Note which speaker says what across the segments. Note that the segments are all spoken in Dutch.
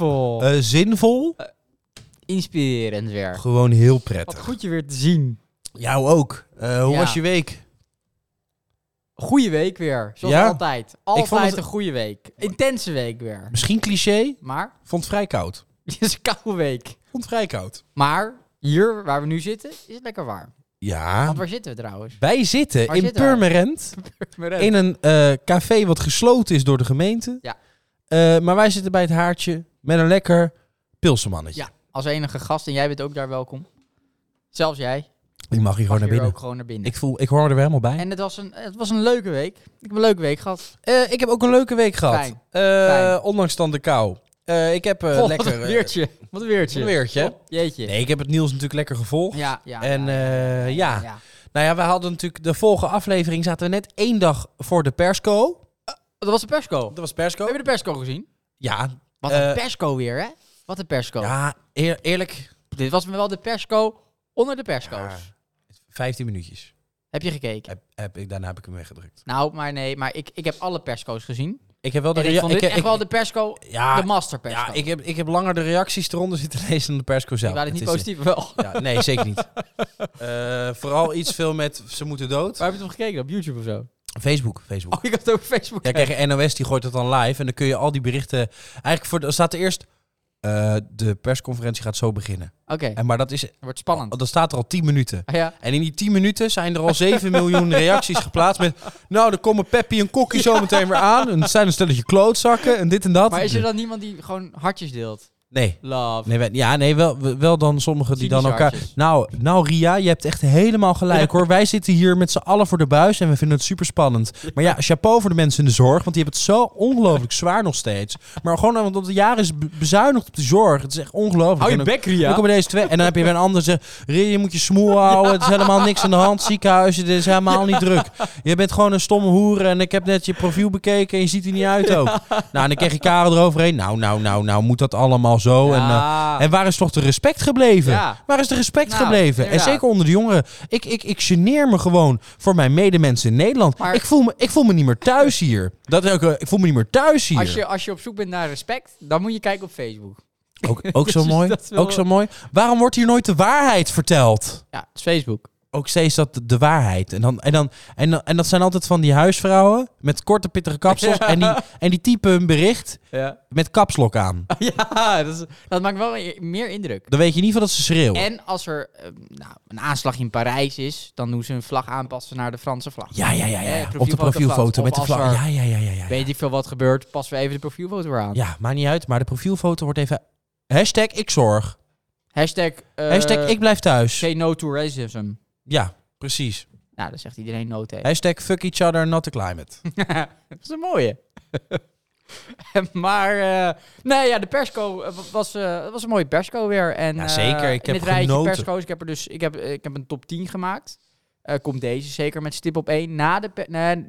Speaker 1: Oh,
Speaker 2: Eh.
Speaker 1: Eh, zinvol.
Speaker 2: Inspirerend weer.
Speaker 1: Gewoon heel
Speaker 2: Wat
Speaker 1: prettig.
Speaker 2: goed je weer te zien.
Speaker 1: Jou ook. Eh, hoe
Speaker 2: Ja.
Speaker 1: was je week?
Speaker 2: Goeie week weer. Zoals
Speaker 1: Ja?
Speaker 2: altijd.
Speaker 1: vond
Speaker 2: Altijd
Speaker 1: het-
Speaker 2: een goede week. Intense week weer.
Speaker 1: Misschien cliché.
Speaker 2: Maar
Speaker 1: Vond het vrij koud.
Speaker 2: het is een koude week.
Speaker 1: Vond het vrij koud.
Speaker 2: Maar hier waar we nu zitten is het lekker warm.
Speaker 1: Ja.
Speaker 2: Want waar zitten we trouwens?
Speaker 1: Wij zitten
Speaker 2: Waar
Speaker 1: in
Speaker 2: zitten wij?
Speaker 1: Purmerend. In een eh, café wat gesloten is door de gemeente.
Speaker 2: Ja.
Speaker 1: Eh, maar wij zitten bij het haartje met een lekker pilsenmannetje.
Speaker 2: Ja, als enige gast. En jij bent ook daar welkom. Zelfs jij.
Speaker 1: Die mag hier
Speaker 2: Mag
Speaker 1: gewoon naar
Speaker 2: hier
Speaker 1: binnen.
Speaker 2: ook gewoon naar binnen.
Speaker 1: Ik, voel, ik hoor er weer helemaal bij.
Speaker 2: En het was, een, het was een leuke week. Ik heb een leuke week gehad.
Speaker 1: Eh, ik heb ook een leuke week gehad.
Speaker 2: Fijn.
Speaker 1: Eh,
Speaker 2: Fijn.
Speaker 1: Ondanks dan de kou. Eh, ik heb eh,
Speaker 2: Goh,
Speaker 1: lekker...
Speaker 2: wat een
Speaker 1: eh,
Speaker 2: weertje. Wat een weertje.
Speaker 1: een weertje.
Speaker 2: Jeetje.
Speaker 1: Nee, ik heb het Niels natuurlijk lekker gevolgd.
Speaker 2: Ja, ja.
Speaker 1: En
Speaker 2: ja,
Speaker 1: eh, ja,
Speaker 2: ja.
Speaker 1: nou ja, we hadden natuurlijk de volgende aflevering zaten we net één dag voor de persco.
Speaker 2: Dat was de persco.
Speaker 1: Dat was persco.
Speaker 2: Heb je de persco gezien?
Speaker 1: Ja,
Speaker 2: Wat een
Speaker 1: Eh,
Speaker 2: persco weer, hè? Wat een persco.
Speaker 1: ja eer- eerlijk,
Speaker 2: Dit was wel de persco onder de persco's.
Speaker 1: Ja. 15 minuutjes.
Speaker 2: Heb je gekeken?
Speaker 1: Heb, heb ik, daarna heb ik hem weggedrukt.
Speaker 2: Nou, maar nee, maar ik, ik heb alle persco's gezien.
Speaker 1: Ik heb wel de
Speaker 2: En ik
Speaker 1: rea-
Speaker 2: vond dit
Speaker 1: ik-
Speaker 2: echt
Speaker 1: ik-
Speaker 2: wel de persco,
Speaker 1: ja,
Speaker 2: de master persco.
Speaker 1: ja, ik heb, ik heb langer de reacties eronder zitten lezen dan de persco zelf.
Speaker 2: waren het niet
Speaker 1: Het is-
Speaker 2: positief, maar wel.
Speaker 1: Ja, nee, zeker niet. Eh, vooral iets veel met ze moeten dood.
Speaker 2: Waar heb je het op gekeken? Op YouTube of zo?
Speaker 1: Facebook, Facebook.
Speaker 2: Oh, ik had het over Facebook.
Speaker 1: Ja, kijk, NOS die gooit het dan live en dan kun je al die berichten... Eigenlijk voor, dan staat er eerst... eh, de persconferentie gaat zo beginnen.
Speaker 2: Oké,
Speaker 1: En, maar dat, is,
Speaker 2: wordt spannend.
Speaker 1: dat staat er al 10 minuten.
Speaker 2: Ah, ja.
Speaker 1: En in die 10 minuten zijn er al 7 miljoen reacties geplaatst met... Nou, er komen Peppy en Kokkie zo meteen weer aan. En het zijn een stelletje klootzakken en dit en dat.
Speaker 2: Maar is er dan niemand die gewoon hartjes deelt?
Speaker 1: Nee.
Speaker 2: Love.
Speaker 1: nee wij- ja, nee, wel, wel dan sommigen die dan
Speaker 2: Cynische
Speaker 1: elkaar...
Speaker 2: hartjes.
Speaker 1: Nou, nou Ria, je hebt echt helemaal gelijk hoor. Wij zitten hier met z'n allen voor de buis en we vinden het super spannend. Maar ja, chapeau voor de mensen in de zorg, want die hebben het zo ongelooflijk zwaar nog steeds. Maar gewoon omdat de jaren is be- bezuinigd op de zorg. Het is echt ongelooflijk. En dan-
Speaker 2: bek,
Speaker 1: dan komen deze twee. En dan heb je weer een ander die zegt: Ria, je moet je smoel houden. Het is helemaal niks aan de hand. Ziekenhuizen, dit is helemaal niet druk. Je bent gewoon een stomme hoer. En ik heb net je profiel bekeken en je ziet er niet uit ook. Nou, en dan kreeg je Karel eroverheen. Nou, nou, nou, nou, moet dat allemaal zo? En, eh,
Speaker 2: Ja.
Speaker 1: en waar is toch de respect gebleven?
Speaker 2: Ah. Ja.
Speaker 1: Waar is de respect
Speaker 2: Nou,
Speaker 1: gebleven?
Speaker 2: inderdaad.
Speaker 1: En zeker onder de jongeren. Ik, ik, ik geneer me gewoon voor mijn medemensen in Nederland.
Speaker 2: Maar-
Speaker 1: ik, voel me, ik voel me niet meer thuis hier. Dat is ook, eh, ik voel me niet meer thuis hier.
Speaker 2: als, je, als je op zoek bent naar respect, dan moet je kijken op Facebook.
Speaker 1: Ook, ook zo
Speaker 2: Dus
Speaker 1: mooi.
Speaker 2: dat is wel-
Speaker 1: Ook zo mooi. Waarom wordt hier nooit de waarheid verteld?
Speaker 2: Ja, het is Facebook.
Speaker 1: Ook steeds dat de- de waarheid. En, dan, en, dan, en, dan- en dat zijn altijd van die huisvrouwen met korte pittige kapsels.
Speaker 2: Ja.
Speaker 1: En, die, en die typen hun bericht
Speaker 2: Ja,
Speaker 1: met kapslok aan.
Speaker 2: ja dat, is- dat maakt wel e- meer indruk.
Speaker 1: Dan weet je niet van dat ze schreeuwen.
Speaker 2: En als er ehm, nou, een aanslag in Parijs is, dan doen ze hun vlag aanpassen naar de Franse vlag.
Speaker 1: Ja, ja, ja, ja.
Speaker 2: Eh,
Speaker 1: Op de
Speaker 2: profielfoto
Speaker 1: profielfoto
Speaker 2: plaatsen.
Speaker 1: met de
Speaker 2: Of als
Speaker 1: vlag.
Speaker 2: er-
Speaker 1: Ja, ja, ja, ja, ja. ja.
Speaker 2: Weet ik veel wat gebeurt, passen we even de profielfoto weer aan.
Speaker 1: Ja, maakt niet uit, maar de profielfoto wordt even... Hashtag ik zorg.
Speaker 2: Hashtag, eh,
Speaker 1: Hashtag ik blijf thuis.
Speaker 2: say no to racism.
Speaker 1: Ja, precies.
Speaker 2: Nou, dan zegt iedereen no tegen.
Speaker 1: Hashtag fuck each other, not the climate.
Speaker 2: dat is een mooie. maar, eh, nee, ja, de persco eh, wa- was, eh, was een mooie persco weer. En,
Speaker 1: Ja,
Speaker 2: eh,
Speaker 1: zeker. Ik
Speaker 2: in
Speaker 1: heb
Speaker 2: het rijtje
Speaker 1: genoten.
Speaker 2: persco's, ik heb er dus ik heb, eh, ik heb een top 10 gemaakt. Eh, komt deze zeker met stip op 1 na de... pe- Nee,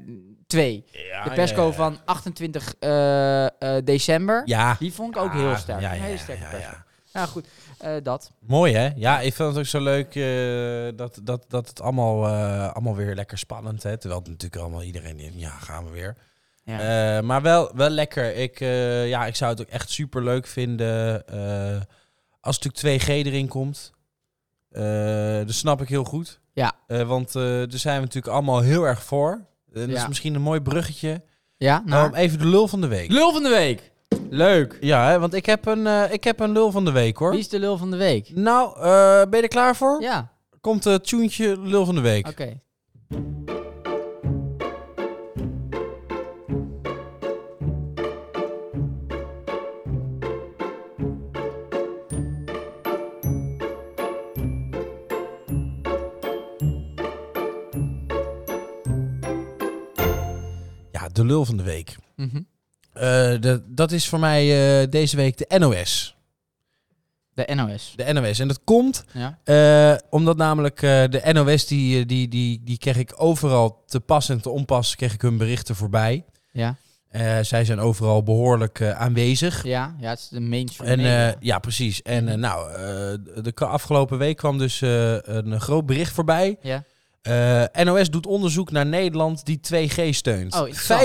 Speaker 2: 2.
Speaker 1: Ah,
Speaker 2: de persco van 28 eh, eh, december.
Speaker 1: Ja.
Speaker 2: Die vond ik ook
Speaker 1: Ah,
Speaker 2: heel sterk.
Speaker 1: ja,
Speaker 2: een
Speaker 1: ja,
Speaker 2: hele
Speaker 1: ja,
Speaker 2: sterke
Speaker 1: ja,
Speaker 2: persco.
Speaker 1: ja.
Speaker 2: Nou goed, eh, dat.
Speaker 1: Mooi hè? Ja, ik vind het ook zo leuk eh, dat, dat, dat het allemaal, eh, allemaal weer lekker spannend hè. Terwijl het natuurlijk allemaal iedereen in, ja, gaan we weer.
Speaker 2: Ja.
Speaker 1: Eh, maar wel, wel lekker. Ik, eh, ja, ik zou het ook echt super leuk vinden eh, als natuurlijk 2G erin komt. Eh dat snap ik heel goed.
Speaker 2: Ja.
Speaker 1: Eh, want eh daar zijn we natuurlijk allemaal heel erg voor. En dat
Speaker 2: Ja.
Speaker 1: is misschien een mooi bruggetje.
Speaker 2: ja,
Speaker 1: Nou,
Speaker 2: nou.
Speaker 1: even de lul van de week.
Speaker 2: Lul van de week. Leuk.
Speaker 1: Ja, hè, want ik heb, een, eh, ik heb een lul van de week hoor.
Speaker 2: Wie is de lul van de week?
Speaker 1: Nou, eh, ben je er klaar voor?
Speaker 2: Ja,
Speaker 1: Komt het tuentje lul van de week.
Speaker 2: oké.
Speaker 1: Ja, de lul van de week.
Speaker 2: Mhm.
Speaker 1: Eh, de- dat is voor mij eh, deze week de NOS.
Speaker 2: De NOS.
Speaker 1: De NOS. En dat komt
Speaker 2: Ja.
Speaker 1: Eh, omdat namelijk eh, de NOS, die, eh, die, die, die kreeg ik overal te pas en te onpas, kreeg ik hun berichten voorbij.
Speaker 2: Ja,
Speaker 1: Eh, zij zijn overal behoorlijk eh, aanwezig.
Speaker 2: ja, ja, het is de mainstream.
Speaker 1: En,
Speaker 2: media.
Speaker 1: eh, ja, precies. En eh, nou, eh, de afgelopen week kwam dus eh, een groot bericht voorbij.
Speaker 2: Ja.
Speaker 1: Eh, NOS doet onderzoek naar Nederland die 2G steunt.
Speaker 2: Oh, interessant.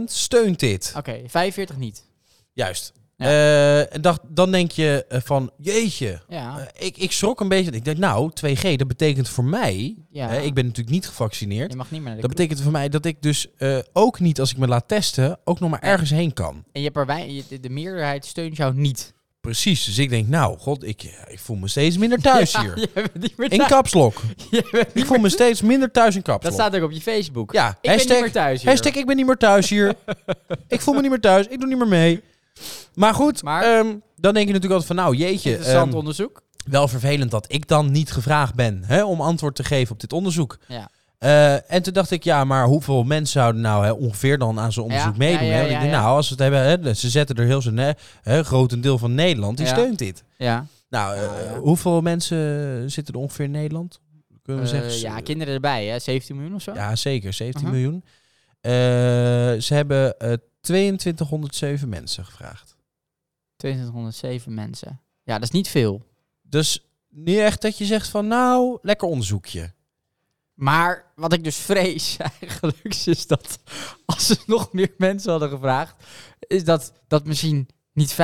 Speaker 1: 55% steunt dit.
Speaker 2: Oké, 45 niet.
Speaker 1: Juist.
Speaker 2: Ja.
Speaker 1: Eh, en dacht, dan denk je eh, van, jeetje,
Speaker 2: Ja.
Speaker 1: Eh, ik, ik schrok een beetje. Ik denk, nou, 2G, dat betekent voor mij,
Speaker 2: ja.
Speaker 1: hè, eh, ik ben natuurlijk niet gevaccineerd,
Speaker 2: Je mag niet meer naar de
Speaker 1: dat
Speaker 2: kroeg.
Speaker 1: betekent voor mij dat ik dus eh, ook niet, als ik me laat testen, ook nog maar
Speaker 2: Nee.
Speaker 1: ergens heen kan.
Speaker 2: En je hebt er wij- je- de- de meerderheid steunt jou niet.
Speaker 1: Precies, dus ik denk, nou, god, ik, ik voel me steeds minder thuis hier.
Speaker 2: Je bent niet meer
Speaker 1: In
Speaker 2: thuis.
Speaker 1: kapslok.
Speaker 2: Je bent
Speaker 1: Ik
Speaker 2: niet-
Speaker 1: voel me steeds minder thuis in kapslok.
Speaker 2: Dat staat ook op je Facebook.
Speaker 1: ja,
Speaker 2: Ik ben
Speaker 1: hashtag,
Speaker 2: niet meer thuis hier.
Speaker 1: hashtag ik ben niet meer thuis hier. ik voel me niet meer thuis, ik doe niet meer mee. Maar goed,
Speaker 2: Maar-
Speaker 1: ehm, dan denk je natuurlijk altijd van, nou jeetje,
Speaker 2: Interessant
Speaker 1: ehm,
Speaker 2: onderzoek.
Speaker 1: wel vervelend dat ik dan niet gevraagd ben hè, om antwoord te geven op dit onderzoek.
Speaker 2: Ja.
Speaker 1: Eh, en toen dacht ik, ja, maar hoeveel mensen zouden nou hè, ongeveer dan aan zo'n onderzoek
Speaker 2: Ja,
Speaker 1: meedoen?
Speaker 2: ja, ja,
Speaker 1: hè? Want
Speaker 2: ja,
Speaker 1: ik denk,
Speaker 2: ja.
Speaker 1: nou, als we het hebben, hè, ze zetten er heel zo'n hè, hè, grotendeel van Nederland, die
Speaker 2: Ja.
Speaker 1: steunt dit.
Speaker 2: Ja.
Speaker 1: Nou, eh,
Speaker 2: Ah, ja.
Speaker 1: hoeveel mensen zitten er ongeveer in Nederland? Kunnen we
Speaker 2: Eh,
Speaker 1: zeggen?
Speaker 2: ja, Uh-huh. kinderen erbij, hè? 17 miljoen of zo?
Speaker 1: Ja, zeker, 17
Speaker 2: Aha.
Speaker 1: miljoen. Eh, ze hebben eh 2207 mensen gevraagd.
Speaker 2: 2207 mensen. Ja, dat is niet veel.
Speaker 1: Dus niet echt dat je zegt van, nou, lekker onderzoekje.
Speaker 2: Maar wat ik dus vrees eigenlijk is dat als ze nog meer mensen hadden gevraagd, is dat, dat misschien niet 45%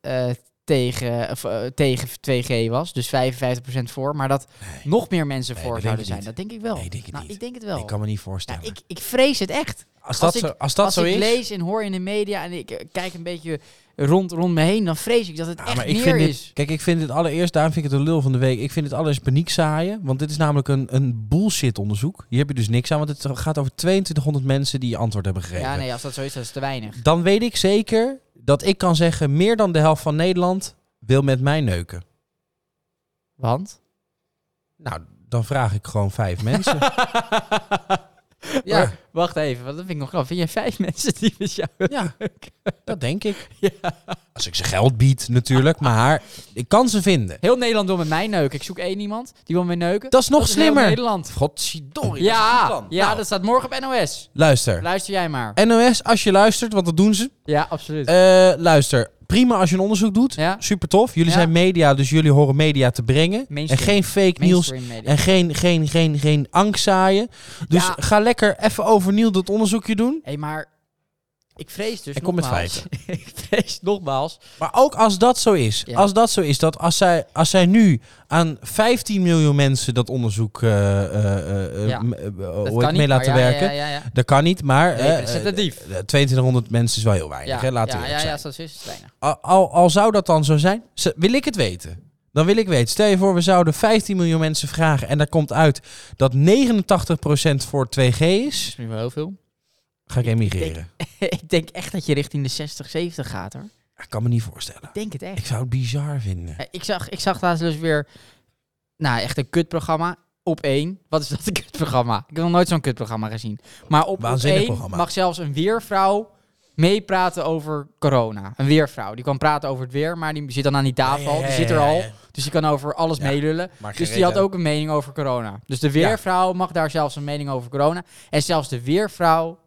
Speaker 2: eh, tegen, of, eh, tegen 2G was, dus 55% voor, maar dat nog meer mensen
Speaker 1: Nee,
Speaker 2: voor
Speaker 1: dat
Speaker 2: zouden
Speaker 1: denk
Speaker 2: zijn.
Speaker 1: ik
Speaker 2: Dat denk ik wel.
Speaker 1: Nee, ik denk het
Speaker 2: nou,
Speaker 1: niet.
Speaker 2: ik denk het wel.
Speaker 1: Ik kan me niet voorstellen.
Speaker 2: ja, ik, ik vrees het echt.
Speaker 1: Als dat
Speaker 2: Als ik-
Speaker 1: zo, als dat
Speaker 2: als
Speaker 1: zo
Speaker 2: ik
Speaker 1: is.
Speaker 2: lees en hoor in de media en ik eh, kijk een beetje rond, rond me heen, dan vrees ik dat het
Speaker 1: Ja,
Speaker 2: echt
Speaker 1: maar ik
Speaker 2: meer
Speaker 1: vind dit-
Speaker 2: is.
Speaker 1: Kijk, ik vind het allereerst, daarom vind ik het de lul van de week. Ik vind het allereerst paniek zaaien. Want dit is namelijk een, een bullshit onderzoek. Hier heb je dus niks aan, want het gaat over 2200 mensen die je antwoord hebben gegeven.
Speaker 2: Ja, nee, als dat zo is, dat is te weinig.
Speaker 1: Dan weet ik zeker dat ik kan zeggen: meer dan de helft van Nederland wil met mij neuken.
Speaker 2: Want?
Speaker 1: Nou, dan vraag ik gewoon vijf mensen.
Speaker 2: Ja.
Speaker 1: Ja.
Speaker 2: wacht even, want dat vind ik nog grappig. Vind jij vijf mensen die met jou...
Speaker 1: Ja, dat denk ik.
Speaker 2: Ja.
Speaker 1: Als ik ze geld bied, natuurlijk, maar ik kan ze vinden.
Speaker 2: Heel Nederland wil met mij neuken. Ik zoek één iemand, die wil met mij neuken.
Speaker 1: Dat is nog
Speaker 2: Dat is heel
Speaker 1: slimmer.
Speaker 2: Nederland.
Speaker 1: Godzijdank.
Speaker 2: Ja, ja
Speaker 1: Nou,
Speaker 2: dat staat morgen op NOS.
Speaker 1: Luister.
Speaker 2: Luister jij maar.
Speaker 1: NOS, als je luistert, want dat doen ze.
Speaker 2: Ja, absoluut.
Speaker 1: Eh, luister, prima als je een onderzoek doet.
Speaker 2: Ja.
Speaker 1: Super tof. Jullie
Speaker 2: Ja.
Speaker 1: zijn media, dus jullie horen media te brengen. En
Speaker 2: Mainstream.
Speaker 1: geen fake nieuws.
Speaker 2: Mainstream media.
Speaker 1: En geen, geen, geen, geen angst zaaien. Dus
Speaker 2: Ja.
Speaker 1: ga lekker even overnieuw dat onderzoekje doen.
Speaker 2: hey, maar ik vrees dus
Speaker 1: En kom met Oh,
Speaker 2: nogmaals- ik vrees nogmaals.
Speaker 1: Maar ook als dat zo is.
Speaker 2: Ja.
Speaker 1: Als dat zo is, dat als zij, als zij nu aan 15 miljoen mensen dat onderzoek eh, eh, eh, eh,
Speaker 2: Ja.
Speaker 1: m- eh, eh, hoe
Speaker 2: Dat
Speaker 1: heet het,
Speaker 2: kan
Speaker 1: mee
Speaker 2: niet, maar
Speaker 1: laten
Speaker 2: ja,
Speaker 1: werken.
Speaker 2: Ja, ja, ja.
Speaker 1: Dat kan niet, maar eh, eh,
Speaker 2: Representatief.
Speaker 1: 2200 mensen is wel heel weinig.
Speaker 2: ja,
Speaker 1: hè? Laten we
Speaker 2: ja, ja,
Speaker 1: eerlijk
Speaker 2: ja,
Speaker 1: zijn.
Speaker 2: als dat zo is, is het weinig.
Speaker 1: al, al, al zou dat dan zo zijn, z- wil ik het weten. Dan wil ik weten. Stel je voor, we zouden 15 miljoen mensen vragen en daar komt uit dat 89% voor 2G
Speaker 2: Dat
Speaker 1: is.
Speaker 2: is nu wel heel veel.
Speaker 1: Ga ik emigreren.
Speaker 2: ik denk echt dat je richting de 60, 70 gaat hoor.
Speaker 1: Ik kan me niet voorstellen.
Speaker 2: Ik denk het echt.
Speaker 1: Ik zou het bizar vinden.
Speaker 2: Ja, Ik zag, ik zag laatst dus weer, nou echt een kutprogramma. Op één. Wat is dat een kutprogramma? Ik heb nog nooit zo'n kutprogramma gezien. Maar op, op
Speaker 1: Waanzinnig
Speaker 2: één
Speaker 1: programma.
Speaker 2: mag zelfs een weervrouw meepraten over corona. Een weervrouw. Die kan praten over het weer, maar die zit dan aan die tafel.
Speaker 1: Ja, ja, ja,
Speaker 2: die zit er
Speaker 1: ja, ja.
Speaker 2: al. Dus die kan over alles
Speaker 1: Ja,
Speaker 2: meelullen.
Speaker 1: maar
Speaker 2: Dus die
Speaker 1: gereden.
Speaker 2: had ook een mening over corona. Dus de weervrouw mag daar zelfs een mening over corona. En zelfs de weervrouw,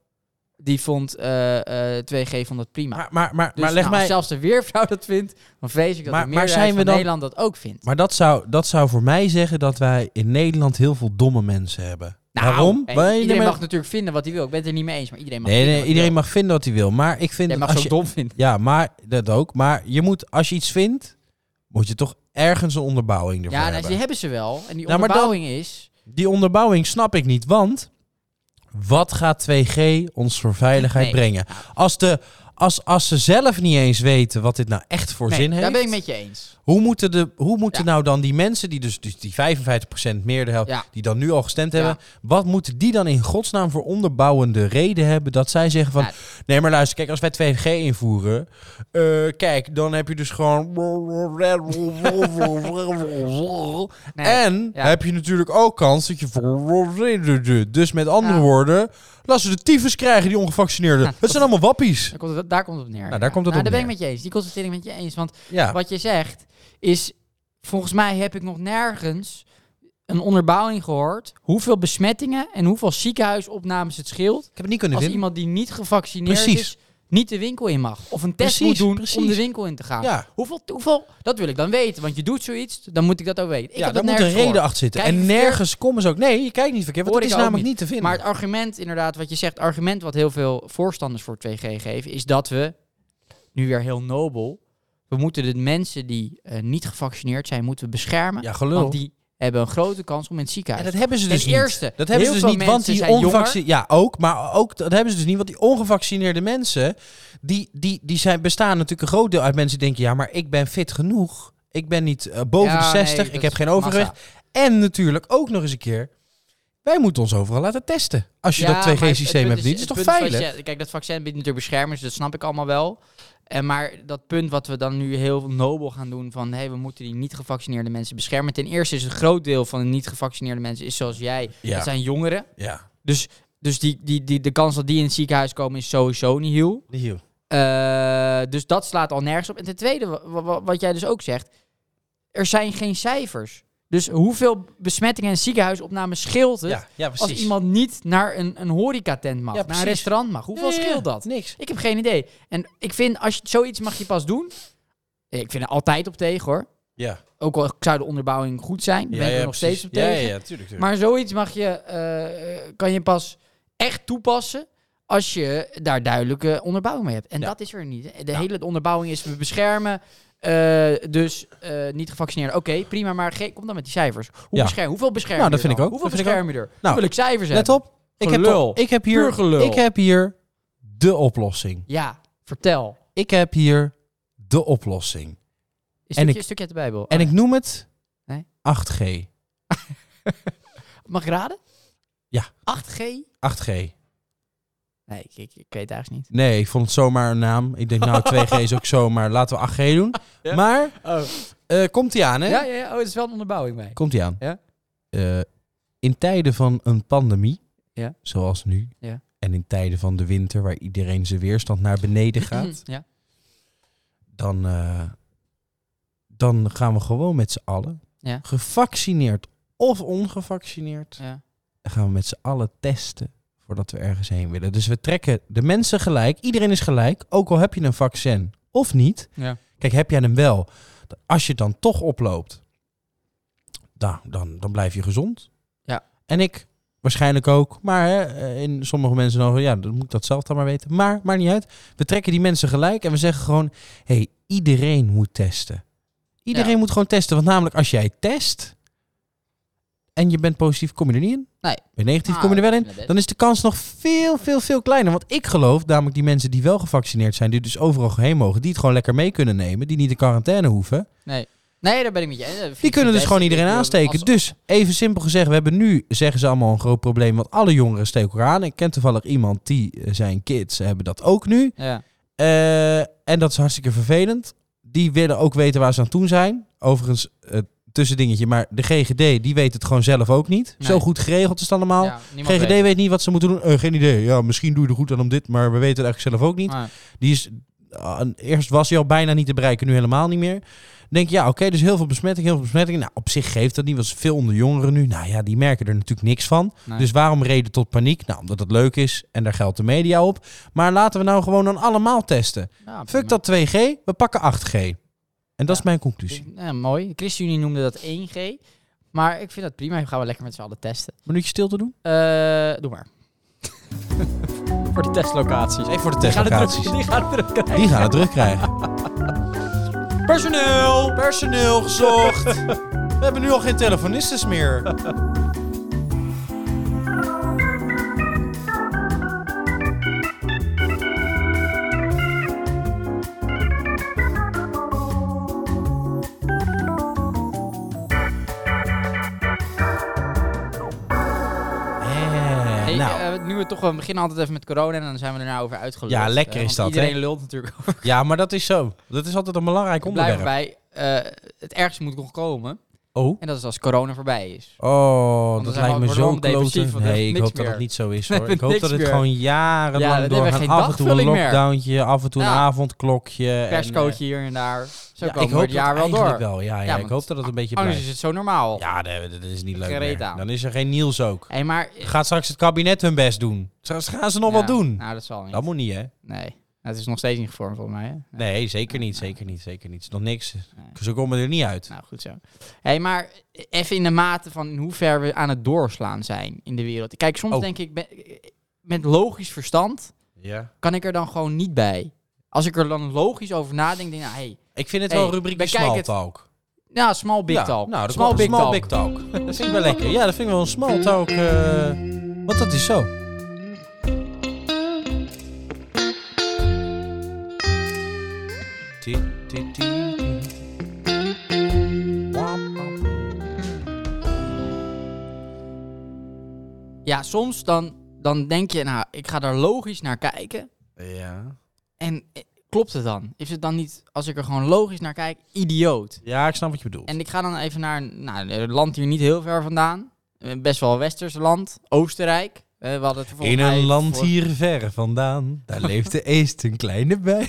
Speaker 2: die vond eh, eh, 2G vond dat prima.
Speaker 1: Maar, maar, maar,
Speaker 2: Dus
Speaker 1: maar leg
Speaker 2: nou, als
Speaker 1: mij.
Speaker 2: zelfs de weervrouw dat vindt, dan vrees ik dat
Speaker 1: Maar-
Speaker 2: de
Speaker 1: maar
Speaker 2: meerderheid
Speaker 1: zijn we
Speaker 2: van
Speaker 1: dan-
Speaker 2: Nederland dat ook vindt.
Speaker 1: Maar dat zou, dat zou voor mij zeggen dat wij in Nederland heel veel domme mensen hebben.
Speaker 2: Nou,
Speaker 1: Waarom?
Speaker 2: hey,
Speaker 1: Wij-
Speaker 2: iedereen
Speaker 1: nee,
Speaker 2: mag natuurlijk vinden wat hij wil. Ik ben het er niet mee eens, maar iedereen mag
Speaker 1: nee,
Speaker 2: vinden
Speaker 1: nee,
Speaker 2: wat
Speaker 1: iedereen
Speaker 2: hij
Speaker 1: mag vinden wat hij wil. Maar ik vind
Speaker 2: wil. Jij mag
Speaker 1: als
Speaker 2: zo
Speaker 1: je,
Speaker 2: dom vinden.
Speaker 1: Ja, maar dat ook. Maar je moet, als je iets vindt, moet je toch ergens een onderbouwing ervoor
Speaker 2: Ja, nou,
Speaker 1: hebben.
Speaker 2: die hebben ze wel. En die
Speaker 1: Nou, maar dan-
Speaker 2: onderbouwing is...
Speaker 1: Die onderbouwing snap ik niet, want wat gaat 2G ons voor veiligheid
Speaker 2: Nee.
Speaker 1: brengen? Als, de, als, als ze zelf niet eens weten wat dit nou echt voor
Speaker 2: Nee,
Speaker 1: zin heeft,
Speaker 2: daar ben ik met je eens.
Speaker 1: hoe moeten, de, hoe moeten
Speaker 2: Ja.
Speaker 1: nou dan die mensen, die dus, dus die 55% meer de helft,
Speaker 2: Ja.
Speaker 1: die dan nu al gestemd
Speaker 2: Ja.
Speaker 1: hebben, wat moeten die dan in godsnaam voor onderbouwende reden hebben dat zij zeggen van,
Speaker 2: Ja.
Speaker 1: nee maar luister, kijk, als wij 2G invoeren, eh, kijk, dan heb je dus gewoon...
Speaker 2: Nee.
Speaker 1: En
Speaker 2: ja.
Speaker 1: heb je natuurlijk ook kans dat je... voor- Dus met andere
Speaker 2: Ja.
Speaker 1: woorden, laat ze de tyfus krijgen, die ongevaccineerden.
Speaker 2: Ja,
Speaker 1: Het zijn allemaal wappies.
Speaker 2: Daar komt het, daar komt het op neer.
Speaker 1: Nou, daar komt het op
Speaker 2: daar ben
Speaker 1: neer.
Speaker 2: ik met je eens. Die constatering met je eens. Want
Speaker 1: Ja,
Speaker 2: wat je zegt is... Volgens mij heb ik nog nergens een onderbouwing gehoord... hoeveel besmettingen en hoeveel ziekenhuisopnames het scheelt...
Speaker 1: ik heb het niet kunnen
Speaker 2: als
Speaker 1: vinden.
Speaker 2: iemand die niet gevaccineerd
Speaker 1: Precies.
Speaker 2: is, niet de winkel in mag. Of een test
Speaker 1: Precies,
Speaker 2: moet doen om
Speaker 1: precies.
Speaker 2: de winkel in te gaan.
Speaker 1: Ja.
Speaker 2: Hoeveel, hoeveel, dat wil ik dan weten. Want je doet zoiets, dan moet ik dat ook weten. Ik
Speaker 1: ja,
Speaker 2: heb
Speaker 1: daar
Speaker 2: dat
Speaker 1: moet een
Speaker 2: nergens
Speaker 1: reden
Speaker 2: gehoord.
Speaker 1: achter zitten.
Speaker 2: Kijk,
Speaker 1: en
Speaker 2: verkeerd-
Speaker 1: nergens komen ze ook. Nee, je kijkt niet verkeerd, want het
Speaker 2: Hoor
Speaker 1: is
Speaker 2: ik ook
Speaker 1: namelijk
Speaker 2: niet.
Speaker 1: niet te vinden.
Speaker 2: Maar het argument inderdaad, wat je zegt, argument wat heel veel voorstanders voor 2G geven, is dat we nu weer heel nobel. We moeten de mensen die eh, niet gevaccineerd zijn, moeten we beschermen.
Speaker 1: Ja, gelul.
Speaker 2: Want die hebben een grote kans om in het
Speaker 1: En
Speaker 2: ziekenhuis
Speaker 1: dat hebben ze
Speaker 2: Ten
Speaker 1: dus niet.
Speaker 2: eerste,
Speaker 1: Dat hebben
Speaker 2: heel
Speaker 1: ze dus
Speaker 2: veel
Speaker 1: niet, want
Speaker 2: mensen
Speaker 1: die
Speaker 2: zijn jonger.
Speaker 1: ongevaccineerd... Ja, ook, maar ook, dat hebben ze dus niet, want die ongevaccineerde mensen... die, die, die zijn, bestaan natuurlijk een groot deel uit mensen die denken... ja, maar ik ben fit genoeg, ik ben niet eh, boven
Speaker 2: Ja,
Speaker 1: de
Speaker 2: nee,
Speaker 1: 60,
Speaker 2: dat
Speaker 1: ik heb
Speaker 2: is
Speaker 1: geen overgewicht.
Speaker 2: massa.
Speaker 1: En natuurlijk ook nog eens een keer... wij moeten ons overal laten testen. Als je
Speaker 2: Ja,
Speaker 1: dat
Speaker 2: maar het- het
Speaker 1: 2G-systeem
Speaker 2: punt
Speaker 1: hebt, niet, is
Speaker 2: het
Speaker 1: toch
Speaker 2: punt wat
Speaker 1: veilig?
Speaker 2: je- kijk, dat vaccin biedt natuurlijk beschermers, dus dat snap ik allemaal wel. En maar dat punt wat we dan nu heel nobel gaan doen van... hé, we moeten die niet gevaccineerde mensen beschermen. Ten eerste is een groot deel van de niet gevaccineerde mensen... is zoals jij,
Speaker 1: Ja.
Speaker 2: dat zijn jongeren.
Speaker 1: Ja,
Speaker 2: Dus, dus die, die, die, de kans dat die in het ziekenhuis komen is sowieso niet heel.
Speaker 1: die
Speaker 2: Eh, dus dat slaat al nergens op. En ten tweede, wa- wa- wat jij dus ook zegt, er zijn geen cijfers. Dus hoeveel besmettingen en ziekenhuisopnames scheelt het
Speaker 1: ja, ja,
Speaker 2: als
Speaker 1: precies.
Speaker 2: iemand niet naar een, een horecatent mag,
Speaker 1: Ja,
Speaker 2: naar een
Speaker 1: precies.
Speaker 2: restaurant mag? Hoeveel
Speaker 1: Ja, ja, ja.
Speaker 2: scheelt dat?
Speaker 1: Niks.
Speaker 2: Ik heb geen idee. En ik vind, als je, zoiets mag je pas doen. Ik vind er altijd op tegen hoor.
Speaker 1: Ja,
Speaker 2: Ook al zou de onderbouwing goed zijn, ben ik er nog steeds op tegen.
Speaker 1: tuurlijk,
Speaker 2: Maar zoiets mag je, eh, kan je pas echt toepassen als je daar duidelijke onderbouwing mee hebt. En
Speaker 1: Ja.
Speaker 2: dat is er niet. De
Speaker 1: Ja.
Speaker 2: hele onderbouwing is we beschermen. eh, dus eh, niet gevaccineerd. Oké, prima, maar ge- kom dan met die cijfers. Hoe
Speaker 1: Ja.
Speaker 2: bescherm, hoeveel bescherm
Speaker 1: Nou,
Speaker 2: je
Speaker 1: dat vind
Speaker 2: dan?
Speaker 1: ik ook. Dat
Speaker 2: Hoeveel
Speaker 1: vind ik
Speaker 2: bescherm je er?
Speaker 1: Nou,
Speaker 2: Wil ik cijfers
Speaker 1: Let
Speaker 2: hebben?
Speaker 1: op. Ik heb,
Speaker 2: Gelul.
Speaker 1: toch- ik, heb
Speaker 2: Puur
Speaker 1: hier,
Speaker 2: gelul.
Speaker 1: ik heb hier de oplossing.
Speaker 2: Ja, vertel.
Speaker 1: Ik heb hier de oplossing.
Speaker 2: Een
Speaker 1: En
Speaker 2: stukje,
Speaker 1: ik-
Speaker 2: een stukje uit de Bijbel.
Speaker 1: En
Speaker 2: Oh,
Speaker 1: ik noem het
Speaker 2: Nee.
Speaker 1: 8G.
Speaker 2: Ah, Mag ik raden?
Speaker 1: Ja.
Speaker 2: 8G?
Speaker 1: 8G.
Speaker 2: Nee, ik, ik, ik weet het eigenlijk niet.
Speaker 1: Nee, ik vond het zomaar een naam. Ik denk, nou, 2G is ook zomaar. Laten we 8G doen.
Speaker 2: Ja.
Speaker 1: Maar,
Speaker 2: Oh.
Speaker 1: eh, komt ie aan, hè?
Speaker 2: Ja, ja, ja. Oh, er is wel een onderbouwing mee.
Speaker 1: Komt ie aan.
Speaker 2: Ja.
Speaker 1: Eh, in tijden van een pandemie,
Speaker 2: Ja.
Speaker 1: zoals nu,
Speaker 2: Ja.
Speaker 1: en in tijden van de winter, waar iedereen zijn weerstand naar beneden gaat,
Speaker 2: Ja.
Speaker 1: dan, eh, dan gaan we gewoon met z'n allen,
Speaker 2: Ja.
Speaker 1: gevaccineerd of ongevaccineerd,
Speaker 2: ja.
Speaker 1: dan gaan we met z'n allen testen voordat we ergens heen willen. Dus we trekken de mensen gelijk, iedereen is gelijk, ook al heb je een vaccin of niet.
Speaker 2: Ja.
Speaker 1: Kijk, heb jij hem wel, d- als je het dan toch oploopt, nou, dan, dan blijf je gezond.
Speaker 2: Ja.
Speaker 1: En ik waarschijnlijk ook, maar hè, eh, in sommige mensen dan, ja, dan moet ik dat zelf dan maar weten. Maar, maakt niet uit, we trekken die mensen gelijk en we zeggen gewoon, hé, hey, iedereen moet testen. Iedereen
Speaker 2: Ja.
Speaker 1: moet gewoon testen, want namelijk als jij test en je bent positief, kom je er niet in.
Speaker 2: Nee.
Speaker 1: Bij negatief
Speaker 2: Ah,
Speaker 1: kom je er wel in.
Speaker 2: dat is best.
Speaker 1: Dan is de kans nog veel, veel, veel kleiner. Want ik geloof namelijk die mensen die wel gevaccineerd zijn, die dus overal heen mogen, die het gewoon lekker mee kunnen nemen, die niet in quarantaine hoeven,
Speaker 2: Nee, daar ben ik met je. eh, dat vind
Speaker 1: die
Speaker 2: ik
Speaker 1: kunnen
Speaker 2: het
Speaker 1: dus gewoon
Speaker 2: beste.
Speaker 1: iedereen
Speaker 2: Ik, eh,
Speaker 1: aansteken.
Speaker 2: als-
Speaker 1: Dus even simpel gezegd, we hebben nu, zeggen ze allemaal, een groot probleem, want alle jongeren steken elkaar aan. Ik ken toevallig iemand die eh, zijn kids hebben dat ook nu.
Speaker 2: Ja.
Speaker 1: Eh, en dat is hartstikke vervelend. Die willen ook weten waar ze aan toe zijn. Overigens, eh tussendingetje, maar de GGD, die weet het gewoon zelf ook niet.
Speaker 2: Nee.
Speaker 1: Zo goed geregeld is het allemaal.
Speaker 2: Ja, niemand
Speaker 1: GGD
Speaker 2: weet.
Speaker 1: weet niet wat ze moeten doen. Eh, geen idee. Ja, misschien doe je er goed aan om dit, maar we weten het eigenlijk zelf ook niet.
Speaker 2: Ah,
Speaker 1: Die is, ah, en eerst was hij al bijna niet te bereiken, nu helemaal niet meer. Dan denk je, ja, oké, dus heel veel besmetting, heel veel besmetting. Nou, op zich geeft dat niet, want het is veel onder jongeren nu. Nou ja, die merken er natuurlijk niks van.
Speaker 2: Nee.
Speaker 1: Dus waarom reden tot paniek? Nou, omdat het leuk is en daar geldt de media op. Maar laten we nou gewoon dan allemaal testen.
Speaker 2: ja,
Speaker 1: Fuck dat 2G, we pakken 8G. En dat is mijn conclusie.
Speaker 2: Ja, Dus, eh, mooi. De ChristenUnie noemde dat 1G. Maar ik vind dat prima. We gaan we lekker met z'n allen testen.
Speaker 1: Minuutje stil te doen?
Speaker 2: Eh, doe maar. Voor de testlocaties.
Speaker 1: Even voor de
Speaker 2: Die gaan het druk-
Speaker 1: testlocaties.
Speaker 2: Die gaan het druk krijgen.
Speaker 1: Die gaan het druk krijgen.
Speaker 2: Personeel!
Speaker 1: Personeel gezocht. We hebben nu al geen telefonistes meer. Eh,
Speaker 2: Hey,
Speaker 1: nou,
Speaker 2: eh, nu we toch we beginnen altijd even met corona en dan zijn we er nou over uitgeluld.
Speaker 1: Ja, lekker
Speaker 2: Eh,
Speaker 1: is
Speaker 2: want
Speaker 1: dat, hè?
Speaker 2: Iedereen lult natuurlijk over.
Speaker 1: ja, maar dat is zo. Dat is altijd een belangrijk
Speaker 2: Ik blijf
Speaker 1: onderwerp.
Speaker 2: erbij. eh, het ergste moet nog komen.
Speaker 1: Oh.
Speaker 2: En dat is als corona voorbij is.
Speaker 1: Oh, dat
Speaker 2: dan zijn we
Speaker 1: lijkt me
Speaker 2: allemaal
Speaker 1: zo
Speaker 2: allemaal depressief,
Speaker 1: klote.
Speaker 2: want we hebben
Speaker 1: Nee, ik
Speaker 2: niks
Speaker 1: hoop dat
Speaker 2: meer.
Speaker 1: het niet zo is
Speaker 2: We
Speaker 1: hoor. Ik
Speaker 2: hebben
Speaker 1: hoop dat
Speaker 2: niks
Speaker 1: het
Speaker 2: meer.
Speaker 1: gewoon
Speaker 2: Ja,
Speaker 1: jarenlang
Speaker 2: dan hebben we
Speaker 1: doorgaat.
Speaker 2: geen
Speaker 1: Af en toe een
Speaker 2: dagvulling meer.
Speaker 1: lockdowntje, af en toe een
Speaker 2: Ja.
Speaker 1: avondklokje.
Speaker 2: Perskootje hier en daar. Zo
Speaker 1: en, eh, ja,
Speaker 2: komen
Speaker 1: ik
Speaker 2: we
Speaker 1: hoop
Speaker 2: het jaar
Speaker 1: dat
Speaker 2: wel door.
Speaker 1: eigenlijk wel. Ja, ja, ik
Speaker 2: want
Speaker 1: hoop dat het een beetje
Speaker 2: Anders
Speaker 1: blijft.
Speaker 2: is het zo normaal.
Speaker 1: Ja, nee, dat is niet leuk
Speaker 2: Gereed
Speaker 1: meer.
Speaker 2: aan.
Speaker 1: Dan is er geen Niels ook.
Speaker 2: Hey, maar...
Speaker 1: Gaat straks het kabinet hun best doen? Straks gaan ze nog
Speaker 2: Ja,
Speaker 1: wat doen?
Speaker 2: Nou, dat zal niet.
Speaker 1: Dat moet niet, hè?
Speaker 2: Nee. Het is nog steeds niet gevormd volgens mij. Hè?
Speaker 1: Nee, zeker niet, zeker niet, zeker niet. Nog niks. Ze komen er niet uit.
Speaker 2: Nou, goed zo. hey, maar even in de mate van in hoever we aan het doorslaan zijn in de wereld. Kijk, soms
Speaker 1: Oh.
Speaker 2: denk ik, ben- met logisch verstand
Speaker 1: Ja.
Speaker 2: kan ik er dan gewoon niet bij. Als ik er dan logisch over nadenk, denk ik, nou, hey,
Speaker 1: Ik vind het
Speaker 2: Hey,
Speaker 1: wel een rubriekje
Speaker 2: bekijk
Speaker 1: small
Speaker 2: het.
Speaker 1: talk.
Speaker 2: nou, small big
Speaker 1: ja,
Speaker 2: talk.
Speaker 1: Nou, dat
Speaker 2: small
Speaker 1: klopt.
Speaker 2: big
Speaker 1: small
Speaker 2: talk.
Speaker 1: big talk. Dat vind ik wel lekker. Ja, dat vind ik wel een small talk. eh want dat is zo. Ti, ti, ti, ti. Wam, wam.
Speaker 2: Ja, soms dan, dan denk je, nou, ik ga daar logisch naar kijken.
Speaker 1: Ja.
Speaker 2: En eh, klopt het dan? Is het dan niet, als ik er gewoon logisch naar kijk, idioot?
Speaker 1: ja, ik snap wat je bedoelt.
Speaker 2: En ik ga dan even naar een- nou, een land hier niet heel ver vandaan. Een Best wel een westers land. Oostenrijk. Eh, we hadden het er volgens
Speaker 1: In een
Speaker 2: mij
Speaker 1: land
Speaker 2: voor-
Speaker 1: hier ver vandaan, daar leeft de eest een kleine bij.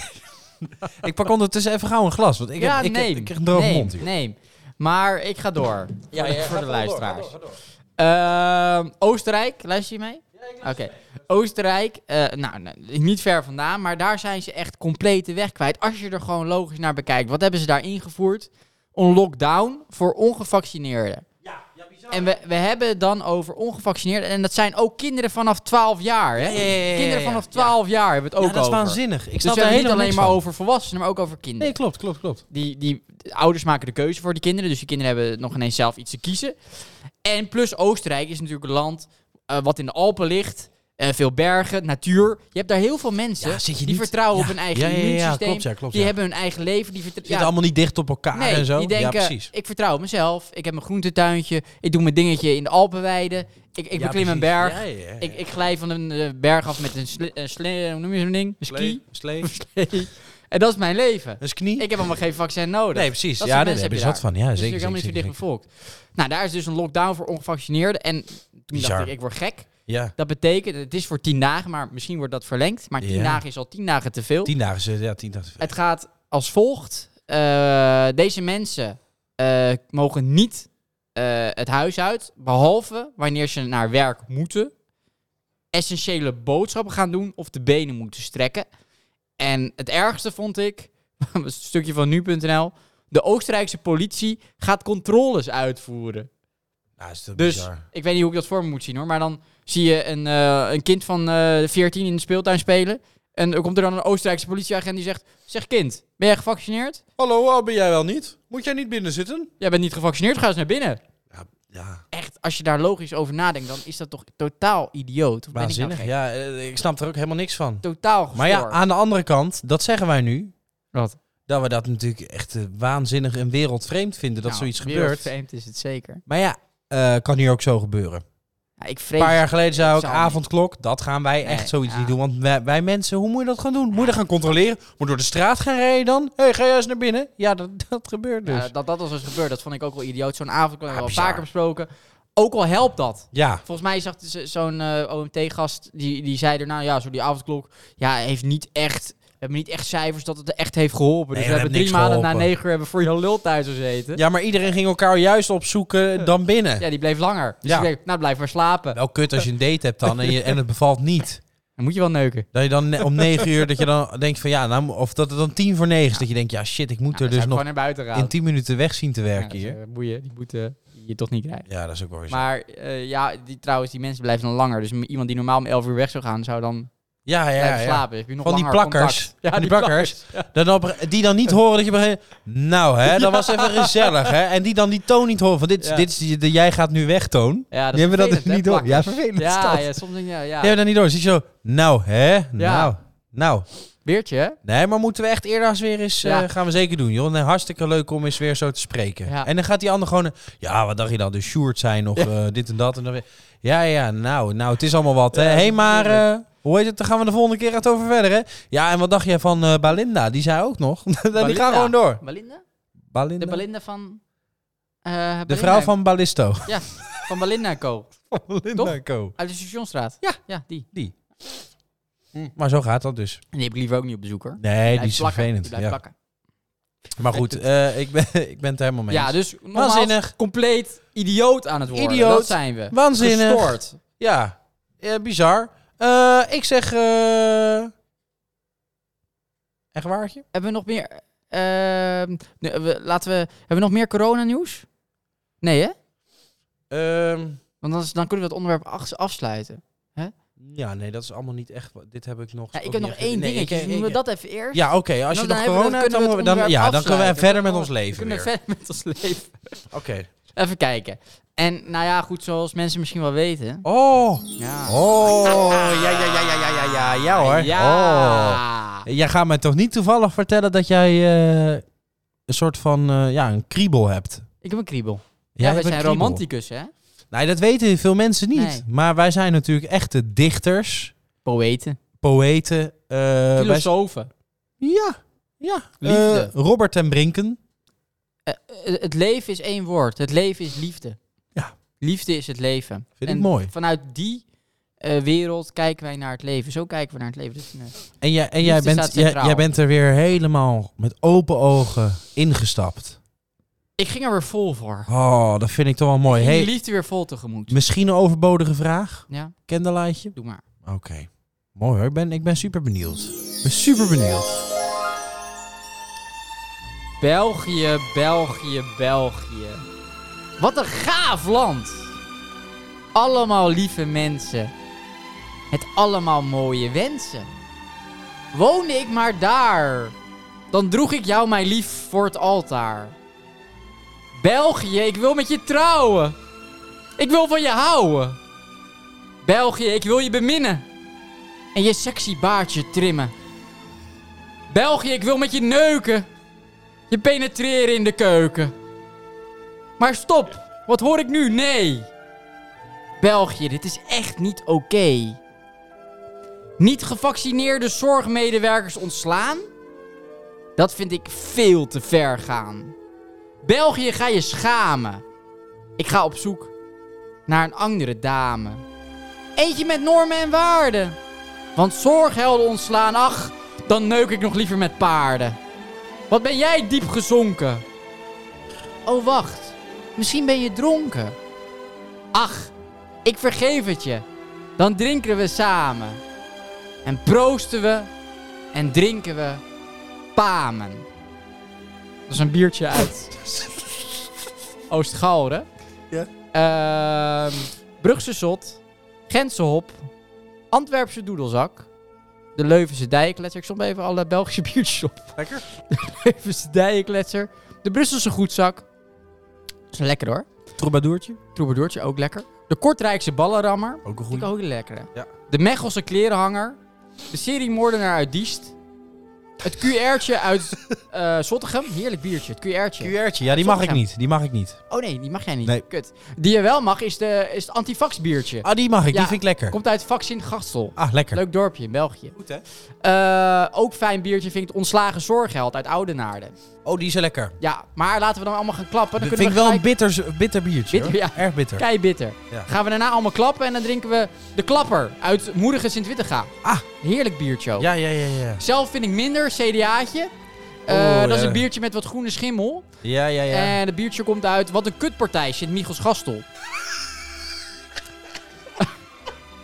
Speaker 1: ik pak ondertussen even gauw een glas, want ik,
Speaker 2: ja,
Speaker 1: heb, ik,
Speaker 2: nee.
Speaker 1: ik krijg een droge
Speaker 2: nee,
Speaker 1: mond hier.
Speaker 2: nee. Maar ik ga door.
Speaker 1: Ja,
Speaker 2: voor de, voor de luisteraars.
Speaker 1: Oké.
Speaker 2: Ehm, Oostenrijk, luister je mee? Oké. Oostenrijk, eh, nou, nou, niet ver vandaan, maar daar zijn ze echt compleet de weg kwijt. Als je er gewoon logisch naar bekijkt, wat hebben ze daar ingevoerd? Een lockdown voor ongevaccineerden. En we, we hebben het dan over ongevaccineerden. En dat zijn ook kinderen vanaf 12 jaar. Hè?
Speaker 1: Ja, ja, ja, ja, ja.
Speaker 2: Kinderen vanaf 12 jaar hebben we het
Speaker 1: Ja,
Speaker 2: ook
Speaker 1: dat is
Speaker 2: over.
Speaker 1: waanzinnig. Ik
Speaker 2: Dus
Speaker 1: snap
Speaker 2: we
Speaker 1: er
Speaker 2: hebben het
Speaker 1: helemaal
Speaker 2: niet alleen
Speaker 1: niks
Speaker 2: maar
Speaker 1: van.
Speaker 2: over volwassenen, maar ook over kinderen
Speaker 1: Nee, klopt, klopt, klopt.
Speaker 2: die, die de ouders maken de keuze voor die kinderen. Dus die kinderen hebben nog ineens zelf iets te kiezen. En plus Oostenrijk is natuurlijk een land eh, wat in de Alpen ligt. eh, veel bergen, natuur. Je hebt daar heel veel mensen
Speaker 1: Ja, zit je
Speaker 2: die
Speaker 1: niet-
Speaker 2: vertrouwen
Speaker 1: ja.
Speaker 2: op hun eigen
Speaker 1: Ja, ja, ja, ja,
Speaker 2: immuunsysteem.
Speaker 1: klopt, ja, klopt,
Speaker 2: die
Speaker 1: ja.
Speaker 2: hebben hun eigen leven. Die vertr-
Speaker 1: Zitten allemaal niet dicht op elkaar
Speaker 2: nee,
Speaker 1: en zo.
Speaker 2: die denken,
Speaker 1: ja, precies.
Speaker 2: ik vertrouw op mezelf. Ik heb mijn groentetuintje. Ik doe mijn dingetje in de Alpenweiden. Ik, ik
Speaker 1: Ja,
Speaker 2: beklim een
Speaker 1: precies.
Speaker 2: berg.
Speaker 1: Ja, ja, ja.
Speaker 2: Ik, ik glij van een eh, berg af met een sle- eh, sle- hoe noem je zo'n ding? Een
Speaker 1: Slee,
Speaker 2: ski.
Speaker 1: slee,
Speaker 2: en dat is mijn leven.
Speaker 1: een knie.
Speaker 2: Ik heb allemaal geen vaccin nodig.
Speaker 1: nee, precies.
Speaker 2: Dat
Speaker 1: Ja, daar
Speaker 2: soort mensen
Speaker 1: heb je
Speaker 2: heb
Speaker 1: zat
Speaker 2: je
Speaker 1: van. Ja,
Speaker 2: Dus
Speaker 1: zeker.
Speaker 2: natuurlijk
Speaker 1: zeker,
Speaker 2: helemaal niet
Speaker 1: zeker,
Speaker 2: zo dicht bevolkt. Nou, daar is dus een lockdown voor ongevaccineerden. En toen
Speaker 1: Bizar.
Speaker 2: dacht ik, ik word gek.
Speaker 1: Ja,
Speaker 2: Dat betekent, het is voor tien dagen, maar misschien wordt dat verlengd. Maar tien
Speaker 1: Ja.
Speaker 2: dagen is al tien dagen te veel.
Speaker 1: tien dagen. is- Ja, tien dagen.
Speaker 2: Het gaat als volgt. Eh, deze mensen eh, mogen niet eh, het huis uit, behalve wanneer ze naar werk moeten, essentiële boodschappen gaan doen of de benen moeten strekken. En het ergste vond ik, een stukje van nu.nl, de Oostenrijkse politie gaat controles uitvoeren.
Speaker 1: Nou, is dat
Speaker 2: Dus
Speaker 1: bizar.
Speaker 2: ik weet niet hoe ik dat voor me moet zien hoor. Maar dan zie je een, eh, een kind van eh 14 in de speeltuin spelen. En er komt er dan een Oostenrijkse politieagent die zegt... Zeg kind, ben jij gevaccineerd?
Speaker 1: Hallo, ben jij wel niet? Moet jij niet binnen zitten?
Speaker 2: Jij bent niet gevaccineerd, ga eens naar binnen.
Speaker 1: Ja, ja.
Speaker 2: Echt, als je daar logisch over nadenkt, dan is dat toch totaal idioot. Of ben ik nou
Speaker 1: Waanzinnig.
Speaker 2: gek?
Speaker 1: Ja, eh, ik snap er ook helemaal niks van.
Speaker 2: Totaal gestoord.
Speaker 1: Maar ja, ah, aan de andere kant, dat zeggen wij nu.
Speaker 2: Wat?
Speaker 1: Dat we dat natuurlijk echt eh, waanzinnig en wereldvreemd vinden dat
Speaker 2: Nou,
Speaker 1: zoiets gebeurt.
Speaker 2: wereldvreemd is het zeker.
Speaker 1: Maar ja, eh, kan hier ook zo gebeuren.
Speaker 2: Ja, ik
Speaker 1: Een
Speaker 2: vrees...
Speaker 1: paar jaar geleden zei ik
Speaker 2: zal
Speaker 1: avondklok, dat gaan wij echt
Speaker 2: Nee,
Speaker 1: zoiets
Speaker 2: ja.
Speaker 1: niet doen. Want wij, wij mensen, hoe moet je dat gaan doen? Moet je dat gaan controleren? Moet je door de straat gaan rijden dan? Hé, hey, ga jij eens naar binnen? Ja, dat, dat gebeurt dus.
Speaker 2: Ja, dat dat was eens gebeurd, dat vond ik ook wel idioot. Zo'n avond hebben we
Speaker 1: Ja,
Speaker 2: al
Speaker 1: bizar.
Speaker 2: vaker besproken. Ook al helpt dat.
Speaker 1: ja.
Speaker 2: Volgens mij zag ze- zo'n eh, OMT-gast, die, die zei er, nou ja, zo die avondklok, ja, heeft niet echt, we hebben niet echt cijfers dat het echt heeft geholpen.
Speaker 1: Nee,
Speaker 2: dus we
Speaker 1: dat
Speaker 2: hebben
Speaker 1: heeft
Speaker 2: drie
Speaker 1: niks
Speaker 2: maanden na
Speaker 1: geholpen.
Speaker 2: negen uur hebben we voor je lul thuis gezeten. Ja,
Speaker 1: ja, maar iedereen ging elkaar juist opzoeken dan binnen.
Speaker 2: die bleef langer. Dus
Speaker 1: Ja.
Speaker 2: ik denk, nou, blijf maar slapen.
Speaker 1: Wel kut als je een date hebt dan en, je, en het bevalt niet.
Speaker 2: Dan moet je wel neuken.
Speaker 1: Dat je dan ne- om negen uur, dat je dan denkt van ja, nou, mo- of dat het dan tien voor negen is.
Speaker 2: Ja.
Speaker 1: Dat je denkt, ja shit, ik
Speaker 2: Nou,
Speaker 1: moet
Speaker 2: dan
Speaker 1: er
Speaker 2: zou
Speaker 1: dus
Speaker 2: ik
Speaker 1: nog
Speaker 2: gewoon naar buiten gaan.
Speaker 1: in tien minuten weg zien te
Speaker 2: Ja,
Speaker 1: werken
Speaker 2: dat is,
Speaker 1: hier.
Speaker 2: eh, boeien, die boete die je toch niet krijgt.
Speaker 1: Ja, dat is ook wel weer zo.
Speaker 2: Maar eh, ja, die, trouwens, die mensen blijven dan langer. Dus m- iemand die normaal om 11 uur weg zou gaan, zou dan
Speaker 1: Ja, ja,
Speaker 2: blijven
Speaker 1: ja.
Speaker 2: slapen. Dus heb je nog
Speaker 1: Van die
Speaker 2: langer
Speaker 1: plakkers.
Speaker 2: contact.
Speaker 1: Van die plakkers. Dan op, die dan niet horen dat je begint. Nou, hè, dat was even gezellig, hè. En die dan die toon niet horen van dit, is-
Speaker 2: Ja.
Speaker 1: dit is die- de jij gaat nu weg toon.
Speaker 2: Ja,
Speaker 1: Die
Speaker 2: dat is
Speaker 1: hebben dat dus
Speaker 2: vervelend, hè,
Speaker 1: niet door. Ja,
Speaker 2: plakkers.
Speaker 1: vervelend is
Speaker 2: Ja,
Speaker 1: dat.
Speaker 2: ja, soms denk je, ja, ja.
Speaker 1: Die hebben dat niet door. Zie je zo, nou, hè, nou, nou.
Speaker 2: Beertje, hè?
Speaker 1: Nee, maar moeten we echt eerder als weer eens... eh,
Speaker 2: Ja.
Speaker 1: gaan we zeker doen, joh. Nee, hartstikke leuk om eens weer zo te spreken.
Speaker 2: Ja.
Speaker 1: En dan gaat die ander gewoon... eh, Ja, wat dacht je dan? De Sjoerd zijn of eh, dit en dat. En dan weer, ja, ja, nou, nou, het is allemaal wat. hè.
Speaker 2: Ja,
Speaker 1: Hé, hey,
Speaker 2: dat is
Speaker 1: maar...
Speaker 2: natuurlijk.
Speaker 1: eh, hoe heet het? Dan gaan we de volgende keer echt over verder, hè? Ja, en wat dacht jij van eh, Balinda? Die zei ook nog. die
Speaker 2: Balinda.
Speaker 1: gaan gewoon door.
Speaker 2: Belinda?
Speaker 1: Balinda?
Speaker 2: De
Speaker 1: De,
Speaker 2: Belinda van... eh,
Speaker 1: vrouw
Speaker 2: Belinda-
Speaker 1: van Ballisto.
Speaker 2: Van Belinda Co.
Speaker 1: Balinda Co.
Speaker 2: Uit de Stationstraat.
Speaker 1: Ja.
Speaker 2: Ja, die.
Speaker 1: Maar zo gaat dat dus.
Speaker 2: En die heb ik liever ook niet op bezoek hoor.
Speaker 1: Nee, die
Speaker 2: Hm. Blijft
Speaker 1: is
Speaker 2: plakken.
Speaker 1: vervelend.
Speaker 2: blijft
Speaker 1: Ja.
Speaker 2: plakken.
Speaker 1: Maar goed, eh, ik, ben, ik ben het er helemaal mee
Speaker 2: Ja,
Speaker 1: eens.
Speaker 2: dus nogmaals,
Speaker 1: Waanzinnig.
Speaker 2: compleet idioot aan het worden.
Speaker 1: Idioot.
Speaker 2: Dat zijn we.
Speaker 1: Waanzinnig.
Speaker 2: Gestoord.
Speaker 1: Ja, eh, bizar. Eh, ik zeg. eh Echt waartje?
Speaker 2: Hebben we nog meer... ehm, nee, we- laten we... Hebben we nog meer coronanieuws? Nee hè?
Speaker 1: Ehm,
Speaker 2: Want anders, dan kunnen we het onderwerp af- afsluiten. Hè?
Speaker 1: Ja, nee, dat is allemaal niet echt. wat- Dit heb ik nog.
Speaker 2: Ja, ik
Speaker 1: ook
Speaker 2: heb
Speaker 1: niet
Speaker 2: nog
Speaker 1: echt-
Speaker 2: één
Speaker 1: nee,
Speaker 2: dingetje.
Speaker 1: ik-
Speaker 2: dus noemen
Speaker 1: ik-
Speaker 2: we dat even eerst?
Speaker 1: Ja, oké. als je nog
Speaker 2: Dan hebben we-
Speaker 1: corona hebt,
Speaker 2: kunnen
Speaker 1: dan,
Speaker 2: we
Speaker 1: mo-
Speaker 2: het
Speaker 1: dan,
Speaker 2: onderwerp
Speaker 1: ja, dan kunnen we
Speaker 2: afsluiten.
Speaker 1: verder met
Speaker 2: Dan
Speaker 1: ons
Speaker 2: We
Speaker 1: leven
Speaker 2: kunnen
Speaker 1: weer.
Speaker 2: verder met ons leven.
Speaker 1: Oké.
Speaker 2: Even kijken. En nou ja, goed, zoals mensen misschien wel weten.
Speaker 1: Oh.
Speaker 2: Ja.
Speaker 1: Oh. Ja, ja, ja, ja, ja, ja, ja. Ja hoor. Oh.
Speaker 2: Ja.
Speaker 1: Jij gaat mij toch niet toevallig vertellen dat jij eh, een soort van eh, ja, een kriebel hebt.
Speaker 2: Ik heb een kriebel.
Speaker 1: Jij
Speaker 2: Ja,
Speaker 1: hebt
Speaker 2: wij
Speaker 1: een
Speaker 2: zijn
Speaker 1: kriebel.
Speaker 2: romanticus, hè?
Speaker 1: Nee, dat weten veel mensen niet.
Speaker 2: Nee.
Speaker 1: Maar wij zijn natuurlijk echte dichters,
Speaker 2: Poëten.
Speaker 1: poëten. eh, wij z-
Speaker 2: Filosofen.
Speaker 1: ja, ja.
Speaker 2: Liefde.
Speaker 1: Eh, Robert ten Brinken.
Speaker 2: Eh, het leven is één woord. Het leven is liefde.
Speaker 1: Ja.
Speaker 2: Liefde is het leven.
Speaker 1: Vind
Speaker 2: en
Speaker 1: ik mooi.
Speaker 2: Vanuit die eh, wereld kijken wij naar het leven. Zo kijken we naar het leven. Dus, eh,
Speaker 1: En jij, en jij,
Speaker 2: Liefde
Speaker 1: bent,
Speaker 2: staat
Speaker 1: jij,
Speaker 2: centraal.
Speaker 1: jij bent er weer helemaal met open ogen ingestapt.
Speaker 2: ik ging er weer vol voor.
Speaker 1: Oh, dat vind ik toch wel mooi.
Speaker 2: Ik ging
Speaker 1: Hey,
Speaker 2: de liefde weer vol tegemoet.
Speaker 1: misschien een overbodige vraag?
Speaker 2: Ja,
Speaker 1: Kenderlaatje?
Speaker 2: doe maar.
Speaker 1: Oké. Mooi hoor. Ik ben, ik ben super benieuwd. Ik ben super benieuwd.
Speaker 2: België, België, België. Wat een gaaf land. Allemaal lieve mensen. Het allemaal mooie wensen. Woonde ik maar daar, dan droeg ik jou mijn lief voor het altaar. België, ik wil met je trouwen. Ik wil van je houden. België, ik wil je beminnen. En je sexy baardje trimmen. België, ik wil met je neuken. Je penetreren in de keuken. Maar stop, wat hoor ik nu? Nee. België, dit is echt niet oké. Niet gevaccineerde zorgmedewerkers ontslaan? Dat vind ik veel te ver gaan. België, ga je schamen. Ik ga op zoek naar een andere dame. Eentje met normen en waarden. Want zorghelden ontslaan, ach, dan neuk ik nog liever met paarden. Wat ben jij diep gezonken? Oh, wacht. Misschien ben je dronken. Ach, ik vergeef het je. Dan drinken we samen. En proosten we en drinken we pamen. Dat is een biertje uit Oost-Galre.
Speaker 1: Ja.
Speaker 2: Ehm, Brugse Zot, Gentse Hop, Antwerpse Doedelzak, de Leuvense Dijkletter. Ik stond even alle Belgische biertjes op.
Speaker 1: Lekker.
Speaker 2: Leuvense Dijenkletser. De Brusselse Goedzak. Is lekker hoor.
Speaker 1: Troubadourtje.
Speaker 2: Troubadourtje, ook lekker. De Kortrijkse Ballenrammer.
Speaker 1: Ook een
Speaker 2: Vind
Speaker 1: goede.
Speaker 2: ik ook een lekkere.
Speaker 1: Ja.
Speaker 2: De Mechelse Klerenhanger. De serie Moordenaar uit Diest. Het QR'tje uit eh Zottegem. Heerlijk biertje, het QR'tje.
Speaker 1: QR'tje. Ja, die mag ik
Speaker 2: Sommige-
Speaker 1: niet. Die mag ik niet.
Speaker 2: oh nee, die mag jij niet.
Speaker 1: Nee.
Speaker 2: Kut. Die je wel mag is, de, is het antifax biertje.
Speaker 1: Ah, die mag ik.
Speaker 2: Ja.
Speaker 1: Die vind ik lekker.
Speaker 2: Komt uit Vaccin Gastel.
Speaker 1: Ah, lekker.
Speaker 2: Leuk dorpje in België.
Speaker 1: Goed, hè?
Speaker 2: Eh, ook fijn biertje vind ik het ontslagen zorgheld uit Oudenaarden.
Speaker 1: Oh, die is lekker.
Speaker 2: Ja, maar laten we dan allemaal gaan klappen. Dan
Speaker 1: Dat vind
Speaker 2: kunnen
Speaker 1: ik
Speaker 2: we
Speaker 1: wel
Speaker 2: gelijk-
Speaker 1: een bitter, bitter biertje.
Speaker 2: Bitter,
Speaker 1: hoor.
Speaker 2: ja.
Speaker 1: Erg bitter.
Speaker 2: Kei bitter.
Speaker 1: Ja.
Speaker 2: Gaan we daarna allemaal klappen en dan drinken we de klapper uit Moedige Sint-Wittega.
Speaker 1: Ah.
Speaker 2: Heerlijk biertje ook.
Speaker 1: Ja, ja, ja, ja.
Speaker 2: Zelf vind ik minder, CDA'tje. Eh
Speaker 1: Oh,
Speaker 2: dat is
Speaker 1: ja.
Speaker 2: een biertje met wat groene schimmel.
Speaker 1: Ja, ja, ja.
Speaker 2: En het biertje komt uit Wat een kutpartij, Sint-Michels Gastel.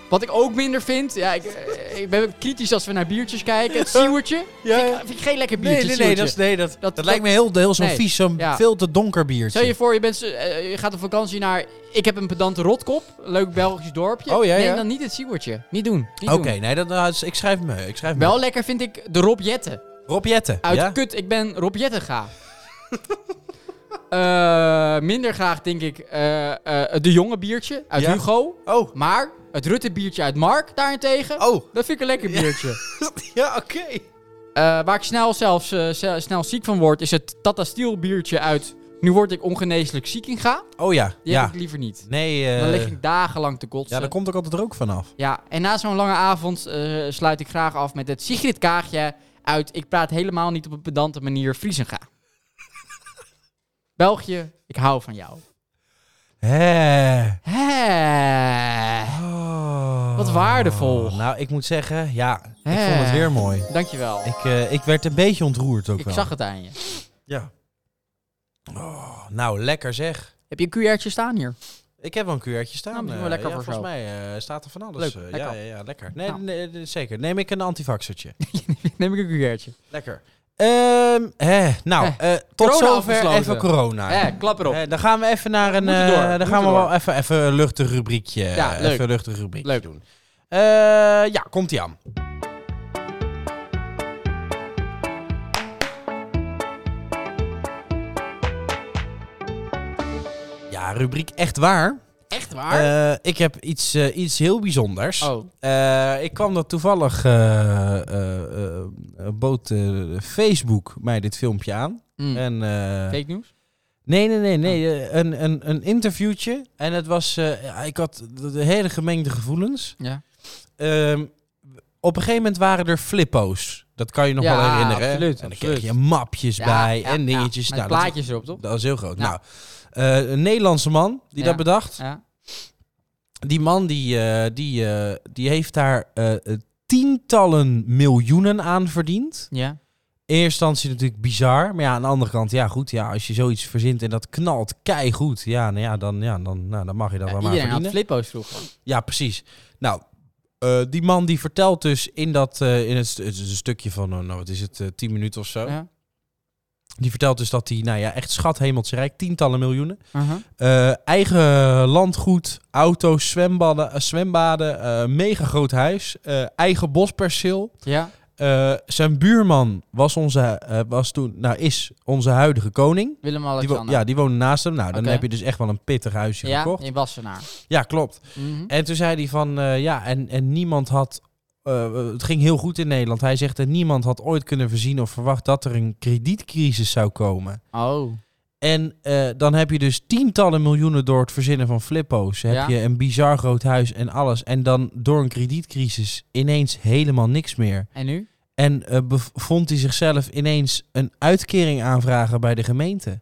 Speaker 2: wat ik ook minder vind, ja, ik, eh, ik ben kritisch als we naar biertjes kijken. Het Siewertje,
Speaker 1: Ja, ja.
Speaker 2: vind ik geen lekker
Speaker 1: Nee,
Speaker 2: biertje.
Speaker 1: nee, nee,
Speaker 2: Siewertje.
Speaker 1: dat, is- nee dat, dat,
Speaker 2: dat-
Speaker 1: lijkt me heel, heel zo'n
Speaker 2: nee.
Speaker 1: vies, zo'n
Speaker 2: Ja.
Speaker 1: veel te donker biertje.
Speaker 2: Stel je voor, je, bent, zo- eh, je gaat op vakantie naar... Ik heb een pedante rotkop. Leuk Belgisch dorpje.
Speaker 1: Oh, ja, ja.
Speaker 2: Neem dan niet het Siewertje. Niet doen. niet
Speaker 1: Oké,
Speaker 2: doen.
Speaker 1: nee, dat, nou, is- ik schrijf hem. mee, Ik schrijf hem.
Speaker 2: Wel lekker vind ik de Rob Jetten.
Speaker 1: mee. Rob Jetten.
Speaker 2: Uit
Speaker 1: ja?
Speaker 2: kut, ik ben Rob Jetten ga. Eh, minder graag denk ik eh, eh, de jonge biertje uit
Speaker 1: Ja.
Speaker 2: Hugo.
Speaker 1: Oh,
Speaker 2: Maar het Rutte biertje uit Mark daarentegen.
Speaker 1: oh.
Speaker 2: Dat vind ik een lekker biertje.
Speaker 1: ja, oké.
Speaker 2: Eh, waar ik snel zelfs eh, ze- snel ziek van word is het Tata Steel biertje uit Nu word ik ongeneeslijk ziek in ga.
Speaker 1: Oh ja,
Speaker 2: Die
Speaker 1: ja.
Speaker 2: heb ik liever niet.
Speaker 1: Nee, eh,
Speaker 2: Dan lig ik dagenlang te kotsen.
Speaker 1: ja, daar komt ook altijd rook vanaf.
Speaker 2: Ja, en na zo'n lange avond eh, sluit ik graag af met het Sigrid Kaagje uit Ik praat helemaal niet op een pedante manier Friesenga. België, ik hou van jou.
Speaker 1: Hè.
Speaker 2: Hé.
Speaker 1: Oh.
Speaker 2: Wat waardevol.
Speaker 1: Nou, ik moet zeggen, ja, ik
Speaker 2: Hè.
Speaker 1: vond het weer mooi.
Speaker 2: Dankjewel. Ik,
Speaker 1: Ik, eh, ik werd een beetje ontroerd ook wel.
Speaker 2: zag het aan je.
Speaker 1: Ja. Oh, nou, lekker zeg.
Speaker 2: Heb je een QR'tje staan hier?
Speaker 1: Ik heb wel een kuurtje staan.
Speaker 2: Nou, misschien
Speaker 1: eh,
Speaker 2: wel lekker
Speaker 1: ja,
Speaker 2: voor
Speaker 1: volgens mij eh, staat er van alles.
Speaker 2: Leuk,
Speaker 1: eh, ja,
Speaker 2: lekker.
Speaker 1: ja, ja, lekker. Nee,
Speaker 2: Nou.
Speaker 1: nee, nee, zeker. Neem ik een antivaxertje.
Speaker 2: Neem ik een QR'tje.
Speaker 1: lekker. Ehm, hè, nou, eh, tot
Speaker 2: corona
Speaker 1: zover
Speaker 2: afgesloten.
Speaker 1: even corona.
Speaker 2: Hé, klap erop.
Speaker 1: Eh, dan gaan we even naar een.
Speaker 2: moeten
Speaker 1: eh,
Speaker 2: door,
Speaker 1: dan
Speaker 2: moeten
Speaker 1: gaan we
Speaker 2: door.
Speaker 1: wel even, even een luchtig rubriekje.
Speaker 2: Ja,
Speaker 1: eh,
Speaker 2: leuk.
Speaker 1: Even een luchtig rubriekje
Speaker 2: Leuk.
Speaker 1: doen. Eh, ja, komt ie aan. Ja, rubriek echt waar.
Speaker 2: Echt waar?
Speaker 1: Eh, ik heb iets, eh, iets heel bijzonders.
Speaker 2: oh,
Speaker 1: Eh, ik kwam dat toevallig, eh, eh, eh, bood eh, Facebook mij dit filmpje aan.
Speaker 2: mm.
Speaker 1: En, eh,
Speaker 2: fake news?
Speaker 1: Nee, nee, nee, nee.
Speaker 2: Oh.
Speaker 1: eh, Een, een, een interviewtje. En het was. eh, ja, ik had de, de hele gemengde gevoelens.
Speaker 2: Ja.
Speaker 1: Ehm, op een gegeven moment waren er flippo's. Dat kan je nog
Speaker 2: Ja,
Speaker 1: wel herinneren. hè?
Speaker 2: absoluut,
Speaker 1: en dan
Speaker 2: absoluut.
Speaker 1: kreeg je mapjes bij
Speaker 2: Ja,
Speaker 1: en
Speaker 2: ja,
Speaker 1: dingetjes.
Speaker 2: Met
Speaker 1: Nou, dat-
Speaker 2: plaatjes erop, toch?
Speaker 1: dat, was heel groot.
Speaker 2: Ja.
Speaker 1: Nou, eh, een Nederlandse man die
Speaker 2: Ja.
Speaker 1: dat bedacht.
Speaker 2: Ja.
Speaker 1: Die man die, eh, die, eh, die heeft daar eh, eh, tientallen miljoenen aan verdiend.
Speaker 2: ja.
Speaker 1: In eerste instantie natuurlijk bizar. Maar ja, aan de andere kant, ja goed, ja, als je zoiets verzint en dat knalt keigoed, ja, nou ja, dan, ja, dan, nou, dan mag je dat
Speaker 2: Ja,
Speaker 1: wel maar
Speaker 2: iedereen had
Speaker 1: verdienen.
Speaker 2: flippo's vroeger.
Speaker 1: Ja, precies. Nou, eh, die man die vertelt dus in, dat, eh, in het, st- het is een stukje van, oh, nou wat is het, tien 10 minuten of zo.
Speaker 2: Ja.
Speaker 1: Die vertelt dus dat hij, nou ja, echt schat hemeltje rijk, tientallen miljoenen.
Speaker 2: Uh-huh.
Speaker 1: Eh, eigen landgoed, auto's, zwembaden, eh, zwembaden eh, mega groot huis, eh, eigen bosperceel.
Speaker 2: ja.
Speaker 1: Eh, zijn buurman was, onze, eh, was toen, nou is onze huidige koning. Die wo-
Speaker 2: Willem-Alexander.
Speaker 1: ja, die woonde naast hem. Nou, dan
Speaker 2: Oké.
Speaker 1: heb je dus echt wel een pittig huisje
Speaker 2: ja,
Speaker 1: gekocht.
Speaker 2: in Wassenaar.
Speaker 1: Ja, klopt.
Speaker 2: Mhm.
Speaker 1: En toen zei hij van, eh, ja, en, en niemand had... eh, het ging heel goed in Nederland. Hij zegt, en niemand had ooit kunnen voorzien of verwacht dat er een kredietcrisis zou komen.
Speaker 2: Oh,
Speaker 1: En eh, dan heb je dus tientallen miljoenen door het verzinnen van flippo's. Heb
Speaker 2: Ja.
Speaker 1: je een bizar groot huis en alles. En dan door een kredietcrisis ineens helemaal niks meer.
Speaker 2: en nu?
Speaker 1: En eh, bev- vond hij zichzelf ineens een uitkering aanvragen bij de gemeente.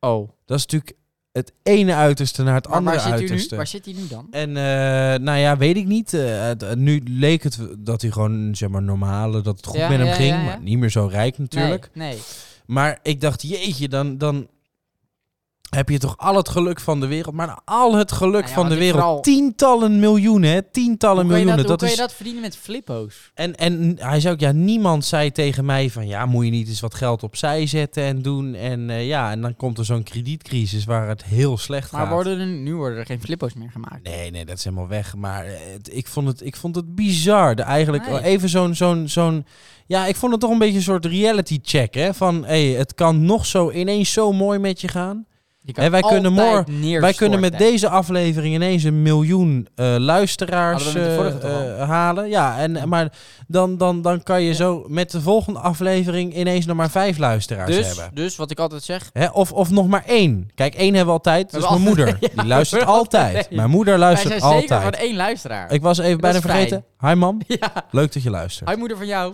Speaker 2: Oh.
Speaker 1: Dat is natuurlijk het ene uiterste naar het
Speaker 2: Maar
Speaker 1: andere
Speaker 2: waar zit, u nu?
Speaker 1: uiterste.
Speaker 2: waar zit hij nu dan?
Speaker 1: En eh, nou ja, weet ik niet. Eh, het- nu leek het dat hij gewoon, zeg maar, normale, dat het goed
Speaker 2: Ja,
Speaker 1: met hem
Speaker 2: ja,
Speaker 1: ging.
Speaker 2: ja, ja.
Speaker 1: Maar niet meer zo rijk natuurlijk.
Speaker 2: Nee, nee.
Speaker 1: Maar ik dacht, jeetje, dan, dan heb je toch al het geluk van de wereld. Maar al het geluk
Speaker 2: Nou ja,
Speaker 1: van
Speaker 2: want
Speaker 1: de
Speaker 2: ik
Speaker 1: wereld.
Speaker 2: vooral-
Speaker 1: Tientallen miljoenen, hè. Tientallen
Speaker 2: Hoe kun je
Speaker 1: miljoenen.
Speaker 2: dat, hoe kun
Speaker 1: is
Speaker 2: je dat verdienen met flippo's?
Speaker 1: En, en hij zei ook, ja, niemand zei tegen mij van, ja, moet je niet eens wat geld opzij zetten en doen. En eh, ja, en dan komt er zo'n kredietcrisis waar het heel slecht
Speaker 2: Maar
Speaker 1: gaat.
Speaker 2: worden er, nu worden er geen flippo's meer gemaakt.
Speaker 1: Nee, nee, dat is helemaal weg. Maar eh, het- ik, vond het, ik vond het bizar. De, eigenlijk
Speaker 2: Nee.
Speaker 1: even zo'n, zo'n, zo'n... Ja, ik vond het toch een beetje een soort reality check, hè. Van, hé, het kan nog zo ineens zo mooi met je gaan.
Speaker 2: Je kan
Speaker 1: En wij kunnen
Speaker 2: altijd
Speaker 1: morgen- Wij
Speaker 2: neerstorten.
Speaker 1: kunnen met deze aflevering ineens een miljoen eh, luisteraars
Speaker 2: Hadden we met de
Speaker 1: eh,
Speaker 2: vorige toch al?
Speaker 1: eh, halen. Ja, en, maar dan, dan, dan kan je zo met de volgende aflevering ineens nog maar vijf luisteraars
Speaker 2: dus,
Speaker 1: hebben.
Speaker 2: dus wat ik altijd zeg.
Speaker 1: Hè? Of, of nog maar één. Kijk, één hebben we altijd. Dat is
Speaker 2: hebben
Speaker 1: mijn
Speaker 2: altijd-
Speaker 1: moeder. Die luistert
Speaker 2: we hebben
Speaker 1: altijd.
Speaker 2: altijd één.
Speaker 1: Mijn moeder
Speaker 2: Wij zijn
Speaker 1: luistert
Speaker 2: zeker van
Speaker 1: altijd.
Speaker 2: één luisteraar.
Speaker 1: Ik was even
Speaker 2: Dat
Speaker 1: bijna
Speaker 2: is fijn.
Speaker 1: vergeten. Hi mam,
Speaker 2: Ja,
Speaker 1: leuk dat je luistert.
Speaker 2: hij moeder van jou.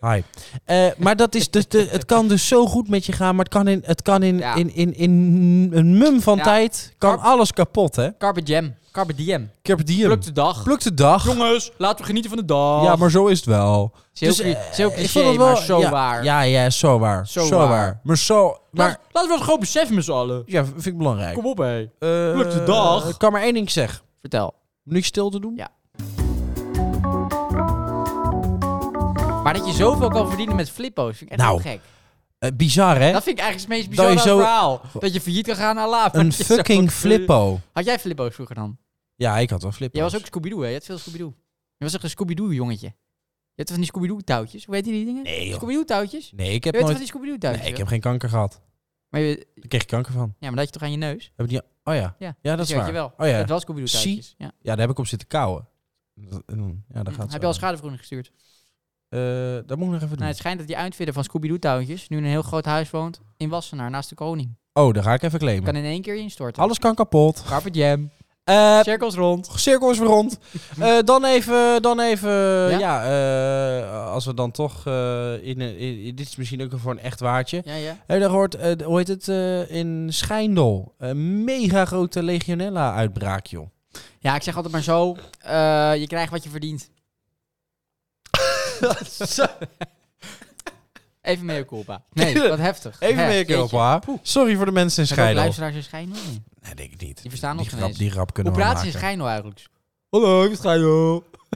Speaker 1: Hi. Eh, maar dat is dus de, het kan dus zo goed met je gaan, maar het kan in, het kan in,
Speaker 2: Ja.
Speaker 1: in, in, in een mum van
Speaker 2: Ja.
Speaker 1: tijd kan
Speaker 2: Kap-
Speaker 1: alles kapot, hè?
Speaker 2: Carpe Jam. Carpe Diem.
Speaker 1: Carpe diem.
Speaker 2: Pluk de dag.
Speaker 1: Pluk de dag.
Speaker 2: Jongens, laten we genieten van de dag.
Speaker 1: Ja, maar zo is het wel.
Speaker 2: Is heel,
Speaker 1: dus,
Speaker 2: cli-
Speaker 1: eh,
Speaker 2: is heel
Speaker 1: ik
Speaker 2: cliché,
Speaker 1: vond het wel-
Speaker 2: maar zo
Speaker 1: ja,
Speaker 2: waar.
Speaker 1: Ja, ja, zo waar. Zo,
Speaker 2: Zo
Speaker 1: waar.
Speaker 2: waar.
Speaker 1: Maar zo... Maar,
Speaker 2: Laat- laten we dat gewoon beseffen met z'n allen.
Speaker 1: ja, vind ik belangrijk.
Speaker 2: Kom op, hé.
Speaker 1: Eh,
Speaker 2: pluk de dag.
Speaker 1: Ik kan maar één ding zeggen.
Speaker 2: Vertel.
Speaker 1: Niks stil te doen?
Speaker 2: Ja. Maar dat je zoveel kan verdienen met flippo's, vind ik echt
Speaker 1: Nou,
Speaker 2: heel gek.
Speaker 1: Eh, bizar, hè?
Speaker 2: Dat vind ik eigenlijk het meest
Speaker 1: Dat je
Speaker 2: bizarre
Speaker 1: zo-
Speaker 2: verhaal. Dat je failliet kan gaan aan lava.
Speaker 1: Een fucking flippo.
Speaker 2: Had jij flippo's vroeger dan?
Speaker 1: Ja, ik had wel flippo's.
Speaker 2: Jij was ook Scooby-Doo, hè? Je had veel Scooby-Doo. Je was echt een Scooby-Doo jongetje. Je had van die Scooby-Doo touwtjes. Hoe heet die dingen?
Speaker 1: Nee, joh.
Speaker 2: Scooby-Doo touwtjes? Je
Speaker 1: Nee, ik heb
Speaker 2: weet van
Speaker 1: nooit...
Speaker 2: die Scooby-Doo
Speaker 1: Nee,
Speaker 2: touwtjes?
Speaker 1: ik heb geen kanker gehad.
Speaker 2: Maar je,
Speaker 1: Daar kreeg ik kanker van.
Speaker 2: ja, maar dat had je toch aan je neus?
Speaker 1: Heb ik die... Oh ja.
Speaker 2: Ja,
Speaker 1: dat is
Speaker 2: weet je
Speaker 1: waar.
Speaker 2: wel.
Speaker 1: Oh ja.
Speaker 2: Dat was Scooby-Doo touwtjes. Ja.
Speaker 1: Ja, daar heb ik op zitten kauwen. Dat- en dan- Ja, daar gaat
Speaker 2: Hm, Heb
Speaker 1: het
Speaker 2: je al
Speaker 1: zo.
Speaker 2: schadevergoeding gestuurd?
Speaker 1: Eh, dat moet ik nog even
Speaker 2: Nou,
Speaker 1: doen.
Speaker 2: het schijnt dat die uitvinder van Scooby-Doo touwtjes nu in een heel groot huis woont in Wassenaar naast de koning.
Speaker 1: Oh, daar ga ik even claimen.
Speaker 2: Kan in één keer instorten.
Speaker 1: Alles kan kapot.
Speaker 2: Carpe jam.
Speaker 1: Eh,
Speaker 2: Cirkels rond.
Speaker 1: Cirkel is weer rond. Eh, dan even, dan even ja?
Speaker 2: Ja?
Speaker 1: eh, als we dan toch eh, in, een- in- in- dit is misschien ook voor een echt waardje.
Speaker 2: Ja, ja.
Speaker 1: Heb je daar gehoord, eh, de- hoe heet het, eh, in Schijndel? Een mega grote legionella-uitbraak, joh.
Speaker 2: Ja, ik zeg altijd maar zo. eh, je krijgt wat je verdient. Even mee, culpa. Nee, wat heftig.
Speaker 1: Even
Speaker 2: Hè,
Speaker 1: weer
Speaker 2: jeetje.
Speaker 1: keer op, haar. Sorry voor de mensen in
Speaker 2: Hebben ook
Speaker 1: Schijndel.
Speaker 2: luisteraars in Schijndel? Nee.
Speaker 1: Nee, denk ik niet.
Speaker 2: Die verstaan
Speaker 1: die
Speaker 2: ons
Speaker 1: grap,
Speaker 2: ineens.
Speaker 1: Die grap
Speaker 2: Hoe
Speaker 1: kunnen we wel
Speaker 2: praten ze in
Speaker 1: maken.
Speaker 2: Schijndel eigenlijk? Hallo, ik ben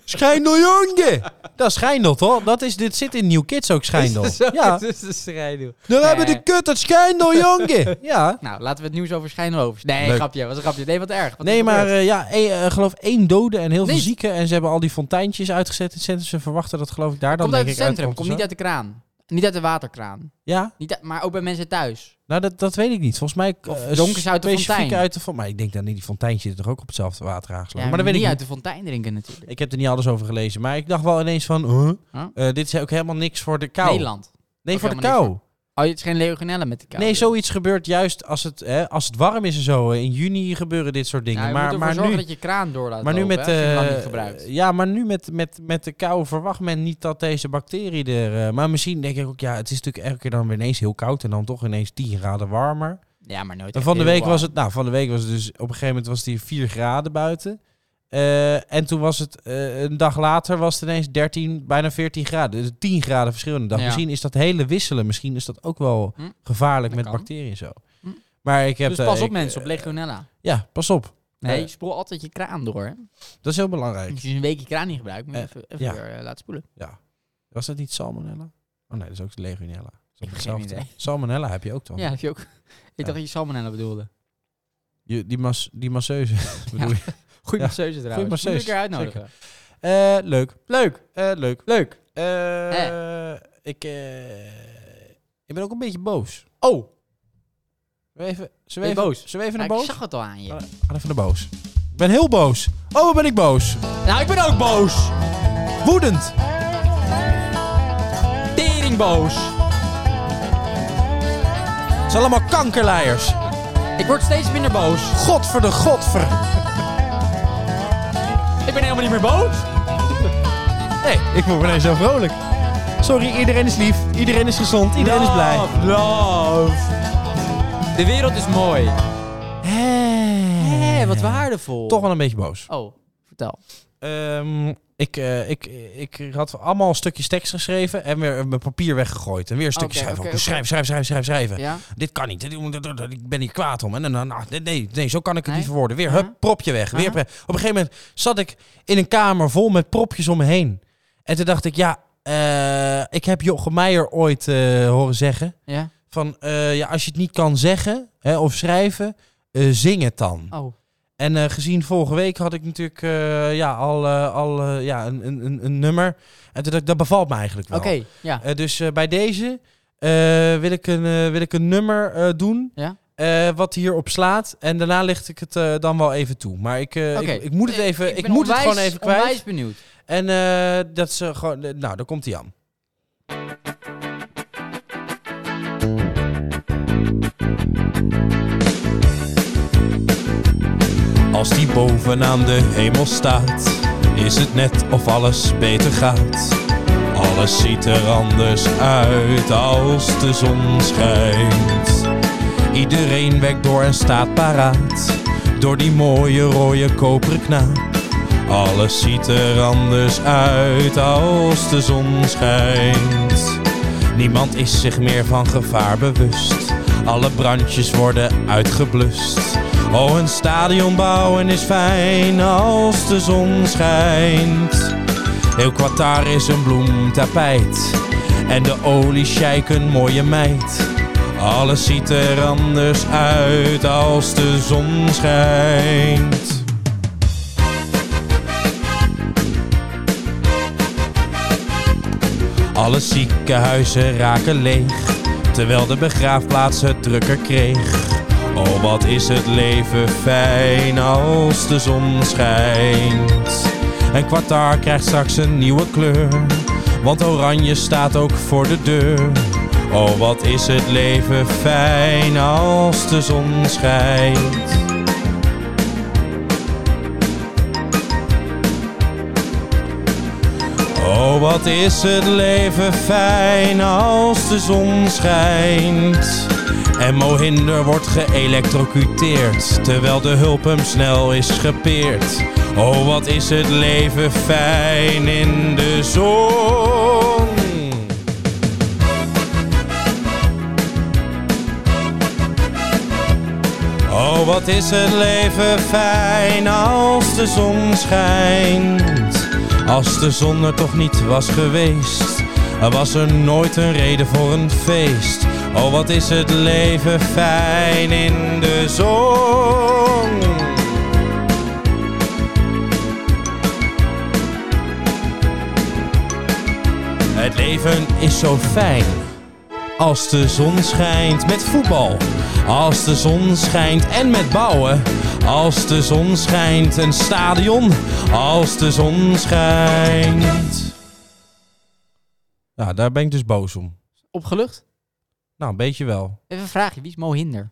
Speaker 2: Schijndel.
Speaker 1: Schijndeljonge! Dat is schijndel, toch? Dat is, dit zit in New Kids ook, schijndel.
Speaker 2: Zo,
Speaker 1: Ja.
Speaker 2: het is een schijndel.
Speaker 1: Dan
Speaker 2: Nee.
Speaker 1: hebben de kut het schijndeljonge! Ja.
Speaker 2: Nou, laten we het nieuws over schijndel over. Nee,
Speaker 1: Leuk.
Speaker 2: grapje. was een grapje. Nee, wat erg. Wat is
Speaker 1: Nee,
Speaker 2: er
Speaker 1: maar
Speaker 2: gebeurd?
Speaker 1: eh, ja, e- eh, geloof één dode en heel veel
Speaker 2: Nee.
Speaker 1: zieken. En ze hebben al die fonteintjes uitgezet in het centrum. Ze verwachten dat geloof ik daar dan
Speaker 2: Komt uit
Speaker 1: denk
Speaker 2: het
Speaker 1: ik
Speaker 2: centrum.
Speaker 1: uitkomt
Speaker 2: Komt
Speaker 1: of
Speaker 2: niet uit de kraan. Niet uit de waterkraan.
Speaker 1: zo. Ja,
Speaker 2: Niet uit- maar ook bij mensen thuis.
Speaker 1: nou dat, dat weet ik niet. Volgens mij eh,
Speaker 2: Of donkers uit de
Speaker 1: specifiek
Speaker 2: fontein.
Speaker 1: uit de fontein. Maar ik denk dat die fonteintje er toch ook op hetzelfde water aangesloten.
Speaker 2: Ja,
Speaker 1: maar dat weet ik
Speaker 2: niet
Speaker 1: niet.
Speaker 2: uit de fontein drinken natuurlijk.
Speaker 1: Ik heb er niet alles over gelezen. Maar ik dacht wel ineens van, huh?
Speaker 2: Huh?
Speaker 1: Eh, dit is ook helemaal niks voor de kou.
Speaker 2: Nederland.
Speaker 1: Nee,
Speaker 2: Ook
Speaker 1: voor de
Speaker 2: helemaal niks
Speaker 1: kou.
Speaker 2: Oh, het is geen legionella met de kou.
Speaker 1: Nee, zoiets gebeurt juist als het, hè, als het warm is en zo. In juni gebeuren dit soort dingen.
Speaker 2: Nou, je moet
Speaker 1: maar
Speaker 2: ervoor
Speaker 1: maar
Speaker 2: zorgen
Speaker 1: nu,
Speaker 2: dat je kraan door laat
Speaker 1: maar nu
Speaker 2: lopen,
Speaker 1: met,
Speaker 2: hè, als je hem lang niet
Speaker 1: eh,
Speaker 2: gebruikt.
Speaker 1: ja, maar nu met, met, met de kou verwacht men niet dat deze bacterie er... eh, maar misschien denk ik ook, ja, het is natuurlijk elke keer dan weer ineens heel koud... en dan toch ineens 10 graden warmer.
Speaker 2: Ja, maar nooit
Speaker 1: En eh, van de week was het, nou, van de week was het dus... op een gegeven moment was het hier 4 graden buiten... Eh, en toen was het eh, een dag later was het ineens 13, bijna 14 graden. Dus 10 graden verschil in de dag.
Speaker 2: Ja.
Speaker 1: Misschien is dat hele wisselen, misschien is dat ook wel
Speaker 2: Hm.
Speaker 1: gevaarlijk
Speaker 2: Dat
Speaker 1: met
Speaker 2: kan.
Speaker 1: bacteriën en zo.
Speaker 2: Hm.
Speaker 1: Maar ik heb
Speaker 2: Dus
Speaker 1: eh,
Speaker 2: pas op
Speaker 1: ik- eh,
Speaker 2: mensen, op legionella.
Speaker 1: Ja, pas op.
Speaker 2: Nee,
Speaker 1: eh,
Speaker 2: je spoel altijd je kraan door. Hè.
Speaker 1: Dat is heel belangrijk.
Speaker 2: Als je een week je kraan niet gebruikt, moet je
Speaker 1: Eh,
Speaker 2: even, even
Speaker 1: ja.
Speaker 2: weer eh, laten spoelen.
Speaker 1: Was dat niet salmonella? Oh nee, dat is ook legionella. Dat is
Speaker 2: Ik heb geen
Speaker 1: hetzelfde.
Speaker 2: idee.
Speaker 1: Salmonella heb je ook dan.
Speaker 2: Ja, heb je ook. Ik dacht dat je salmonella bedoelde.
Speaker 1: Je, die, mas, die masseuse. bedoel je?
Speaker 2: Goeie
Speaker 1: Ja.
Speaker 2: masseuse trouwens. Moet
Speaker 1: masseuse,
Speaker 2: ik een keer uitnodigen.
Speaker 1: Eh, leuk. Leuk. Eh, leuk.
Speaker 2: Leuk.
Speaker 1: Eh, Ik, eh, ik ben ook een beetje boos.
Speaker 2: Oh,
Speaker 1: Zullen we even,
Speaker 2: ben
Speaker 1: zullen
Speaker 2: je
Speaker 1: we even,
Speaker 2: boos?
Speaker 1: zullen we even
Speaker 2: Nou,
Speaker 1: naar
Speaker 2: ik
Speaker 1: boos?
Speaker 2: zag het al aan je.
Speaker 1: Ah, Gaan even naar boos. Ik ben heel boos. Oh, wat ben ik boos.
Speaker 2: Nou, ik ben ook boos.
Speaker 1: Woedend.
Speaker 2: Tering boos.
Speaker 1: Het zijn allemaal kankerleiers.
Speaker 2: Ik word steeds minder boos.
Speaker 1: Godver de godver.
Speaker 2: Ik ben helemaal niet meer boos.
Speaker 1: Nee, ik word ineens zo vrolijk. Sorry, iedereen is lief. Iedereen is gezond. Iedereen is dus blij.
Speaker 2: Love, love. De wereld is mooi. Hé, wat waardevol.
Speaker 1: Toch wel een beetje boos.
Speaker 2: Oh, vertel.
Speaker 1: Ehm, ik, eh, ik, ik had allemaal stukjes tekst geschreven en weer mijn papier weggegooid. En weer een stukje
Speaker 2: Oké,
Speaker 1: schrijven.
Speaker 2: oké,
Speaker 1: Oké,
Speaker 2: oké.
Speaker 1: Schrijven, schrijven, schrijven, schrijven, schrijven.
Speaker 2: Ja?
Speaker 1: Dit kan niet. Dit- Ik ben hier kwaad om. En dan, nou, nee, nee, nee, zo kan ik het
Speaker 2: Nee?
Speaker 1: niet verwoorden. Weer,
Speaker 2: Aha.
Speaker 1: hup, propje weg. Weer,
Speaker 2: Aha.
Speaker 1: pre- op een gegeven moment zat ik in een kamer vol met propjes om me heen. En toen dacht ik, ja, eh, ik heb Jochem Meijer ooit eh, horen zeggen.
Speaker 2: Ja?
Speaker 1: Van, eh, ja, als je het niet kan zeggen hè, of schrijven, eh, zing het dan.
Speaker 2: Oh.
Speaker 1: En eh, gezien vorige week had ik natuurlijk eh, ja, al, eh, al eh, ja, een, een, een- een nummer. En toen dacht ik, dat bevalt me eigenlijk
Speaker 2: Oké,
Speaker 1: wel.
Speaker 2: ja.
Speaker 1: Eh, dus eh, bij deze eh, wil, ik een, eh, wil ik een nummer eh, doen.
Speaker 2: Ja.
Speaker 1: eh, wat hierop slaat. En daarna licht ik het eh, dan wel even toe. Maar ik, eh,
Speaker 2: Oké.
Speaker 1: ik, ik moet het even. Ik,
Speaker 2: ben
Speaker 1: moet
Speaker 2: onwijs-
Speaker 1: het gewoon even kwijt.
Speaker 2: onwijs benieuwd.
Speaker 1: En eh, dat is eh, gewoon. eh, nou, daar komt hij aan. Als die bovenaan de hemel staat, is het net of alles beter gaat. Alles ziet er anders uit als de zon schijnt. Iedereen wekt door en staat paraat, door die mooie rode koperen knaap. Alles ziet er anders uit als de zon schijnt. Niemand is zich meer van gevaar bewust. Alle brandjes worden uitgeblust. Oh, een stadion bouwen is fijn als de zon schijnt. Heel Qatar is een bloemtapijt. En de oliesjeik een mooie meid. Alles ziet er anders uit als de zon schijnt. Alle ziekenhuizen raken leeg, terwijl de begraafplaats het drukker kreeg. Oh, wat is het leven fijn als de zon schijnt. En Qatar krijgt straks een nieuwe kleur, want oranje staat ook voor de deur. Oh, wat is het leven fijn als de zon schijnt. Oh, wat is het leven fijn als de zon schijnt. En Mohinder wordt geëlectrocuteerd, terwijl de hulp hem snel is gepeerd. Oh, wat is het leven fijn in de zon. Oh, wat is het leven fijn als de zon schijnt. Als de zon er toch niet was geweest, was er nooit een reden voor een feest. Oh, wat is het leven fijn in de zon. Het leven is zo fijn. Als de zon schijnt met voetbal. Als de zon schijnt en met bouwen. Als de zon schijnt een stadion. Als de zon schijnt. Nou, daar ben ik dus boos om.
Speaker 2: Opgelucht?
Speaker 1: Nou, een beetje wel.
Speaker 2: Even een vraagje, wie is Mohinder?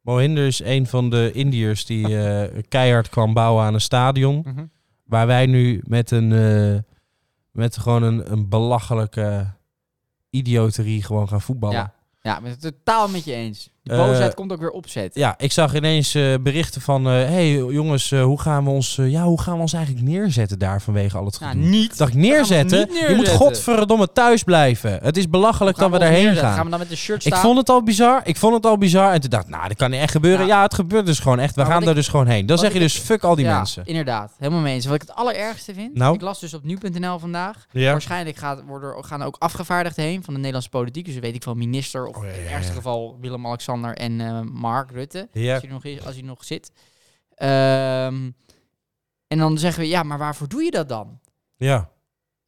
Speaker 1: Mohinder is een van de Indiërs die eh, keihard kwam bouwen aan een stadion. Waar wij nu met een. eh, met gewoon een, een belachelijke idioterie gewoon gaan voetballen.
Speaker 2: Ja.
Speaker 1: Ja,
Speaker 2: Ja, ben het totaal met je eens. Die
Speaker 1: Eh,
Speaker 2: boosheid komt ook weer opzet.
Speaker 1: ik zag ineens eh, berichten van... Hé hey, jongens, eh, hoe, gaan we ons, eh, ja, hoe gaan we ons eigenlijk neerzetten daar vanwege al het
Speaker 2: Nou,
Speaker 1: gedoe?
Speaker 2: niet.
Speaker 1: Ik dacht, neerzetten?
Speaker 2: niet
Speaker 1: Je moet
Speaker 2: neerzetten.
Speaker 1: godverdomme thuis blijven. Het is belachelijk
Speaker 2: Gaan
Speaker 1: dat we
Speaker 2: ons
Speaker 1: daarheen
Speaker 2: neerzetten?
Speaker 1: gaan.
Speaker 2: Gaan we dan met de shirt
Speaker 1: Ik
Speaker 2: staan?
Speaker 1: vond het al bizar. Ik vond het al bizar. En toen dacht ik, nou, dat kan niet echt gebeuren.
Speaker 2: Ja.
Speaker 1: Ja, het gebeurt dus gewoon echt. We
Speaker 2: Maar
Speaker 1: gaan
Speaker 2: wat
Speaker 1: daar
Speaker 2: ik-
Speaker 1: dus gewoon heen. Dan
Speaker 2: wat
Speaker 1: zeg je
Speaker 2: ik-
Speaker 1: dus fuck al die
Speaker 2: ja,
Speaker 1: mensen.
Speaker 2: inderdaad. Helemaal mee eens. Wat ik het allerergste vind,
Speaker 1: Nou?
Speaker 2: ik las dus op nu.nl vandaag.
Speaker 1: Ja.
Speaker 2: Waarschijnlijk gaat, worden, er- gaan er ook afgevaardigden heen van de Nederlandse politiek. Dus weet ik van minister of
Speaker 1: Oh, ja, ja,
Speaker 2: in
Speaker 1: ja.
Speaker 2: het ergste geval Willem-Alexander en eh, Mark Rutte.
Speaker 1: Ja.
Speaker 2: Als, hij er nog is, als hij er nog zit. Ehm, en dan zeggen we, ja, maar waarvoor doe je dat dan?
Speaker 1: ja.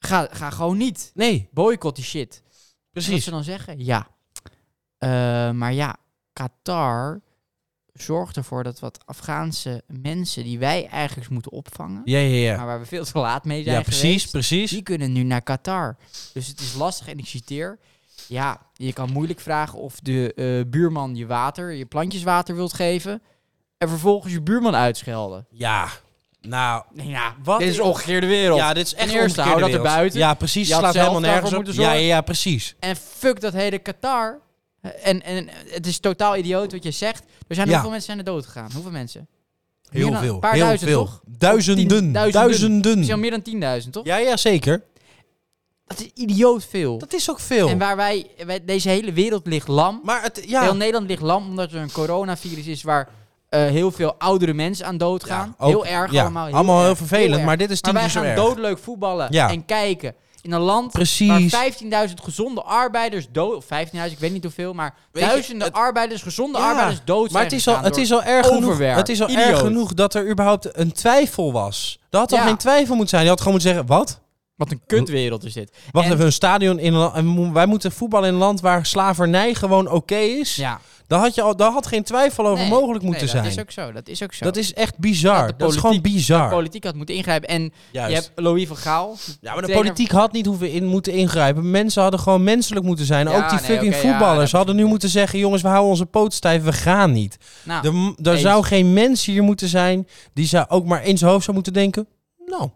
Speaker 2: Ga, ga gewoon niet.
Speaker 1: Nee,
Speaker 2: Boycott die shit. Wat
Speaker 1: precies.
Speaker 2: ze dan zeggen? Ja. Eh, maar ja, Qatar zorgt ervoor dat wat Afghaanse mensen die wij eigenlijk moeten opvangen,
Speaker 1: Ja, ja, ja.
Speaker 2: maar waar we veel te laat mee Nou, zijn
Speaker 1: Ja, precies,
Speaker 2: geweest,
Speaker 1: precies.
Speaker 2: Dus die kunnen nu naar Qatar. Dus het is lastig en ik citeer. Ja, je kan moeilijk vragen of de eh, buurman je water, je plantjes water wilt geven. En vervolgens je buurman uitschelden.
Speaker 1: Ja, nou.
Speaker 2: Nee, ja,
Speaker 1: Wat
Speaker 2: dit
Speaker 1: is-
Speaker 2: is omgekeerde wereld.
Speaker 1: Ja, dit is echt
Speaker 2: Ten eerste, hou
Speaker 1: omgekeerde
Speaker 2: dat
Speaker 1: wereld.
Speaker 2: erbuiten.
Speaker 1: Ja, precies.
Speaker 2: Je had
Speaker 1: slaat
Speaker 2: zelf
Speaker 1: helemaal nergens
Speaker 2: daarvoor
Speaker 1: op.
Speaker 2: moeten
Speaker 1: Ja, ja,
Speaker 2: zorgen.
Speaker 1: ja, precies.
Speaker 2: En fuck dat hele Qatar. En, en het is totaal idioot wat je zegt. Er zijn
Speaker 1: Ja.
Speaker 2: hoeveel mensen zijn er dood gegaan? Hoeveel mensen? Meer
Speaker 1: Heel
Speaker 2: dan-
Speaker 1: veel.
Speaker 2: een paar
Speaker 1: heel
Speaker 2: duizend,
Speaker 1: veel.
Speaker 2: toch?
Speaker 1: Duizenden.
Speaker 2: Tien- duizenden.
Speaker 1: Duizenden.
Speaker 2: Er zijn meer dan 10.000, toch?
Speaker 1: Hmm. Ja, ja, zeker.
Speaker 2: Dat is idioot veel.
Speaker 1: Dat is ook veel.
Speaker 2: En waar wij, wij- deze hele wereld ligt lam.
Speaker 1: Maar het,
Speaker 2: Heel
Speaker 1: ja.
Speaker 2: Nederland ligt lam omdat er een coronavirus is waar eh, heel veel oudere mensen aan doodgaan.
Speaker 1: Ja, ook-
Speaker 2: heel erg
Speaker 1: ja,
Speaker 2: allemaal. Heel
Speaker 1: allemaal
Speaker 2: erg,
Speaker 1: heel vervelend,
Speaker 2: erg.
Speaker 1: maar dit is tien
Speaker 2: wij
Speaker 1: keer zo
Speaker 2: gaan
Speaker 1: erg.
Speaker 2: doodleuk voetballen
Speaker 1: Ja.
Speaker 2: en kijken in een land
Speaker 1: Precies.
Speaker 2: waar 15.000 gezonde arbeiders dood... Of 15.000, ik weet niet hoeveel, maar
Speaker 1: Weet je,
Speaker 2: duizenden
Speaker 1: het-
Speaker 2: arbeiders, gezonde
Speaker 1: Ja,
Speaker 2: arbeiders dood
Speaker 1: Maar
Speaker 2: zijn
Speaker 1: het is, al,
Speaker 2: gegaan
Speaker 1: het is al erg
Speaker 2: door
Speaker 1: genoeg.
Speaker 2: overwerk.
Speaker 1: Het is al
Speaker 2: Idioot.
Speaker 1: erg genoeg dat er überhaupt een twijfel was. Er had toch
Speaker 2: Ja.
Speaker 1: geen twijfel moeten zijn. Je had gewoon moeten zeggen: wat?
Speaker 2: Wat een kutwereld is dit.
Speaker 1: Wacht
Speaker 2: En-
Speaker 1: even, een stadion in een la- en mo- Wij moeten voetballen in een land waar slavernij gewoon oké is.
Speaker 2: Ja.
Speaker 1: Daar, had je al, daar had geen twijfel over
Speaker 2: Nee,
Speaker 1: mogelijk moeten
Speaker 2: nee,
Speaker 1: zijn.
Speaker 2: Dat is ook zo, dat is ook zo.
Speaker 1: Dat is echt bizar.
Speaker 2: Dat de
Speaker 1: dat is gewoon bizar.
Speaker 2: politiek had moeten ingrijpen. En
Speaker 1: Juist.
Speaker 2: je hebt Louis van Gaal.
Speaker 1: ja, maar de
Speaker 2: trainer-
Speaker 1: politiek had niet hoeven in moeten ingrijpen. Mensen hadden gewoon menselijk moeten zijn.
Speaker 2: Ja,
Speaker 1: ook die
Speaker 2: nee,
Speaker 1: fucking
Speaker 2: oké, ja,
Speaker 1: voetballers
Speaker 2: dat-
Speaker 1: hadden nu moeten zeggen: jongens, we houden onze poot stijf, we gaan niet.
Speaker 2: Nou,
Speaker 1: er m- er
Speaker 2: eens.
Speaker 1: zou geen mens hier moeten zijn die zou ook maar in zijn hoofd zou moeten denken: nou,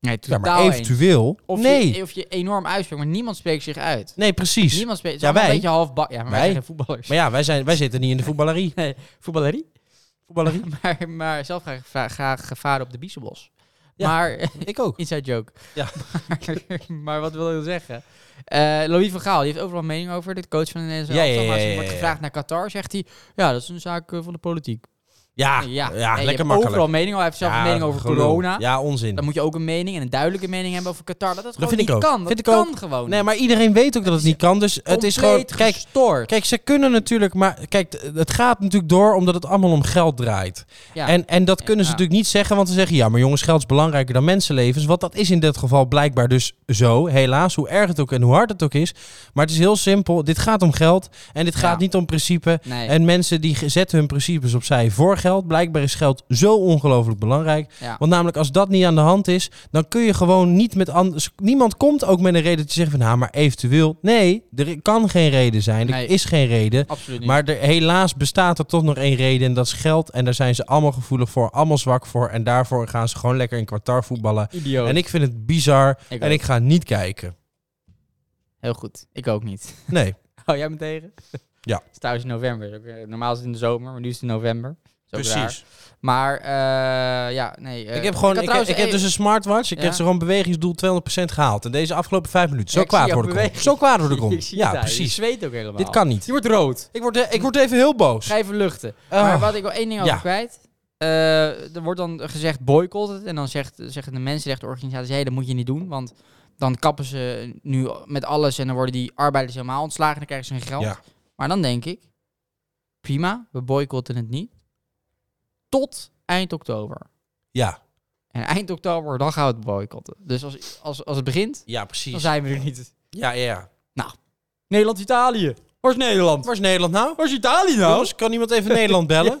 Speaker 2: nee,
Speaker 1: ja,
Speaker 2: totaal
Speaker 1: maar
Speaker 2: eens.
Speaker 1: eventueel.
Speaker 2: Of,
Speaker 1: nee,
Speaker 2: je, of je enorm uitspreekt, maar niemand spreekt zich uit.
Speaker 1: nee, precies.
Speaker 2: Niemand spreekt.
Speaker 1: Ja,
Speaker 2: Ja, wij.
Speaker 1: wij.
Speaker 2: Een beetje half bak. Ja, maar wij,
Speaker 1: Wij.
Speaker 2: zijn geen voetballers.
Speaker 1: Maar ja, wij, zijn, wij zitten niet in de voetballerie.
Speaker 2: Nee, voetballerie.
Speaker 1: voetballerie?
Speaker 2: maar, maar zelf graag, geva- graag gevaren op de biezenbos.
Speaker 1: Ja.
Speaker 2: Maar,
Speaker 1: Ik ook.
Speaker 2: inside joke.
Speaker 1: Ja.
Speaker 2: Maar, maar wat wil ik zeggen? Eh Louis van Gaal, die heeft overal mening over, dit coach van de
Speaker 1: Ja,
Speaker 2: Nederlandse
Speaker 1: ja,
Speaker 2: elftal, Maar als
Speaker 1: ja,
Speaker 2: hij
Speaker 1: ja,
Speaker 2: wordt
Speaker 1: ja.
Speaker 2: gevraagd naar Qatar, zegt hij... Ja, dat is een zaak eh, van de politiek.
Speaker 1: Ja,
Speaker 2: Nee,
Speaker 1: Ah, ja,
Speaker 2: Nee, je hebt
Speaker 1: lekker makkelijk.
Speaker 2: overal mening over. Hij heeft zelf
Speaker 1: Ja,
Speaker 2: een mening over
Speaker 1: gelul.
Speaker 2: corona.
Speaker 1: Ja, onzin.
Speaker 2: Dan moet je ook een mening en een duidelijke mening hebben over Qatar. Dat dat gewoon
Speaker 1: vind ik
Speaker 2: niet
Speaker 1: ook.
Speaker 2: kan. Dat
Speaker 1: Vind ik
Speaker 2: kan
Speaker 1: ook.
Speaker 2: gewoon
Speaker 1: Nee, maar iedereen weet ook dat het niet kan. Dus
Speaker 2: niet.
Speaker 1: het is gewoon.
Speaker 2: Compleet
Speaker 1: Kijk,
Speaker 2: gestoord.
Speaker 1: kijk, ze kunnen natuurlijk. Maar kijk, t- het gaat natuurlijk door omdat het allemaal om geld draait.
Speaker 2: Ja.
Speaker 1: En, en dat kunnen ze
Speaker 2: Ja.
Speaker 1: natuurlijk niet zeggen. Want ze zeggen ja, maar jongens, geld is belangrijker dan mensenlevens. Want dat is in dit geval blijkbaar dus zo. Helaas, hoe erg het ook en hoe hard het ook is. Maar het is heel simpel. Dit gaat om geld. En dit gaat
Speaker 2: Ja.
Speaker 1: niet om principe.
Speaker 2: nee.
Speaker 1: En mensen die ge- zetten hun principes opzij voor geld. Blijkbaar is geld zo ongelooflijk belangrijk.
Speaker 2: ja.
Speaker 1: Want namelijk als dat niet aan de hand is, dan kun je gewoon niet met anders. Niemand komt ook met een reden dat je zegt van, nou, maar eventueel. Nee, er kan geen reden zijn. Er
Speaker 2: Nee.
Speaker 1: is geen reden.
Speaker 2: Absoluut niet.
Speaker 1: Maar er, helaas bestaat er toch nog één reden en dat is geld. En daar zijn ze allemaal gevoelig voor, allemaal zwak voor. En daarvoor gaan ze gewoon lekker in kwartaar voetballen.
Speaker 2: idioot.
Speaker 1: En ik vind het bizar
Speaker 2: Ik
Speaker 1: en
Speaker 2: ook.
Speaker 1: ik ga niet kijken.
Speaker 2: Heel goed. Ik ook niet.
Speaker 1: Nee,
Speaker 2: Hou jij me tegen?
Speaker 1: Ja.
Speaker 2: Het is trouwens in november. Is ook, eh, Normaal is het in de zomer, maar nu is het in november. Is ook raar. Maar eh, ja, nee. eh,
Speaker 1: Ik heb gewoon,
Speaker 2: had
Speaker 1: ik, heb,
Speaker 2: trouwens
Speaker 1: ik heb
Speaker 2: een-
Speaker 1: dus een smartwatch. Ik
Speaker 2: Ja.
Speaker 1: heb ze gewoon bewegingsdoel 200% gehaald. En deze afgelopen vijf minuten. Zo
Speaker 2: Ja, ik zie
Speaker 1: kwaad
Speaker 2: jouw
Speaker 1: word ik om.
Speaker 2: beweging.
Speaker 1: Zo kwaad word ik om.
Speaker 2: Ik zie het
Speaker 1: Ja,
Speaker 2: daar. Je
Speaker 1: precies.
Speaker 2: zweet ook helemaal.
Speaker 1: Dit kan niet. eh,
Speaker 2: Je wordt rood.
Speaker 1: Ik word, ik word even heel boos.
Speaker 2: Ga even luchten.
Speaker 1: Ah.
Speaker 2: Maar wat ik wil één ding over
Speaker 1: Ja.
Speaker 2: kwijt. eh, er wordt dan gezegd boycott het. En dan zegt, zeggen de mensenrechtenorganisaties, hey, dat moet je niet doen. Want dan kappen ze nu met alles en dan worden die arbeiders helemaal ontslagen en dan krijgen ze hun geld.
Speaker 1: Ja.
Speaker 2: Maar dan denk ik, prima, we boycotten het niet. Tot eind oktober.
Speaker 1: Ja,
Speaker 2: En eind oktober, dan gaan we het boycotten. Dus als, als, als het begint,
Speaker 1: ja
Speaker 2: dan
Speaker 1: precies.
Speaker 2: zijn we er niet.
Speaker 1: Ja, ja, ja.
Speaker 2: Nou. Nederland-Italië. Waar is Nederland?
Speaker 1: Waar is Nederland nou?
Speaker 2: Waar is Italië
Speaker 1: Jongens, kan iemand even Nederland bellen?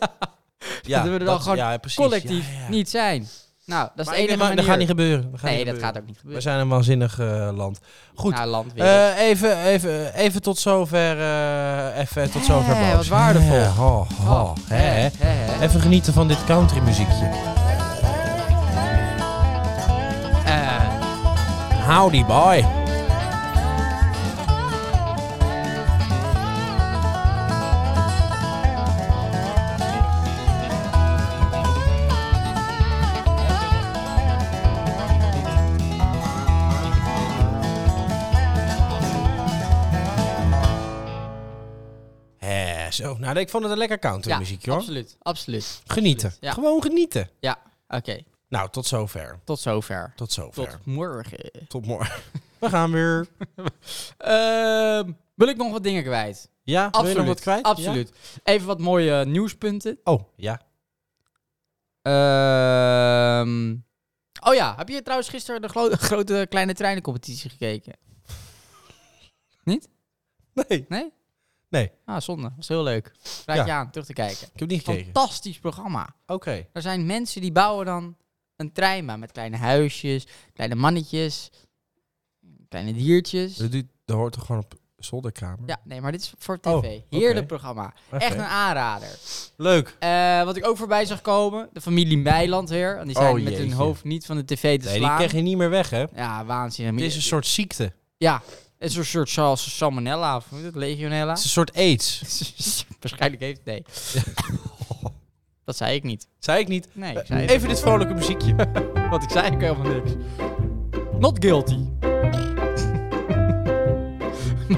Speaker 1: ja.
Speaker 2: Dat we er dan gewoon
Speaker 1: ja, precies.
Speaker 2: Collectief
Speaker 1: Ja, ja, ja.
Speaker 2: niet zijn. Nou, dat is
Speaker 1: Maar
Speaker 2: de
Speaker 1: ik neem
Speaker 2: enige
Speaker 1: aan,
Speaker 2: manier.
Speaker 1: dat gaat niet gebeuren. Dat gaat
Speaker 2: nee,
Speaker 1: niet
Speaker 2: dat
Speaker 1: gebeuren.
Speaker 2: gaat ook niet
Speaker 1: We
Speaker 2: gebeuren.
Speaker 1: zijn een waanzinnig eh, land. goed.
Speaker 2: Nou, land weer.
Speaker 1: Eh, even, even, even tot zover. eh, even tot zover.
Speaker 2: Ja,
Speaker 1: Boos.
Speaker 2: wat waardevol.
Speaker 1: Ja, ho,
Speaker 2: Oh,
Speaker 1: ho, Oh, hè. Even genieten van dit country muziekje. eh, Howdy boy. Hè, Zo, nou ik vond het een lekker country
Speaker 2: ja,
Speaker 1: muziekje hoor.
Speaker 2: absoluut. Absoluut.
Speaker 1: Genieten.
Speaker 2: Ja.
Speaker 1: Gewoon genieten.
Speaker 2: Ja, oké.
Speaker 1: Nou, tot zover.
Speaker 2: Tot zover.
Speaker 1: Tot zover.
Speaker 2: Tot morgen.
Speaker 1: Tot morgen. We gaan weer.
Speaker 2: Ehm, wil ik nog wat dingen kwijt?
Speaker 1: Ja, wil je
Speaker 2: Absoluut.
Speaker 1: nog wat kwijt?
Speaker 2: Absoluut. Even wat mooie nieuwspunten.
Speaker 1: Ja? Oh, ja.
Speaker 2: Ehm, oh ja, heb je trouwens gisteren de glo- grote kleine treinencompetitie gekeken?
Speaker 1: Nee.
Speaker 2: Nee?
Speaker 1: Nee.
Speaker 2: Ah, zonde. Was heel leuk. Raad
Speaker 1: Ja.
Speaker 2: je aan, terug te kijken.
Speaker 1: Ik heb niet gekeken.
Speaker 2: Fantastisch programma.
Speaker 1: Oké.
Speaker 2: Er zijn mensen die bouwen dan een treinbaan met kleine huisjes, kleine mannetjes, kleine diertjes.
Speaker 1: Dat, doet- dat hoort toch gewoon op zolderkamer?
Speaker 2: Ja, nee, maar dit is voor tv.
Speaker 1: Oh,
Speaker 2: Heerlijk
Speaker 1: oké.
Speaker 2: programma.
Speaker 1: Oké.
Speaker 2: Echt een aanrader.
Speaker 1: Leuk.
Speaker 2: Eh, wat ik ook voorbij zag komen, de familie Meiland weer. En die zijn
Speaker 1: Oh,
Speaker 2: met hun
Speaker 1: jeetje.
Speaker 2: hoofd niet van de tv te
Speaker 1: Nee, die
Speaker 2: slaan.
Speaker 1: krijg je niet meer weg, hè?
Speaker 2: Ja, waanzin.
Speaker 1: Het is een soort ziekte. Het
Speaker 2: Ja, het is een soort zoals salmonella of hoe heet het, legionella.
Speaker 1: is een soort aids.
Speaker 2: Waarschijnlijk heeft het, nee. Dat zei ik niet.
Speaker 1: Zei ik niet.
Speaker 2: Nee, ik zei het.
Speaker 1: Even dit vrolijke muziekje.
Speaker 2: Want ik zei ook helemaal niks. Not guilty.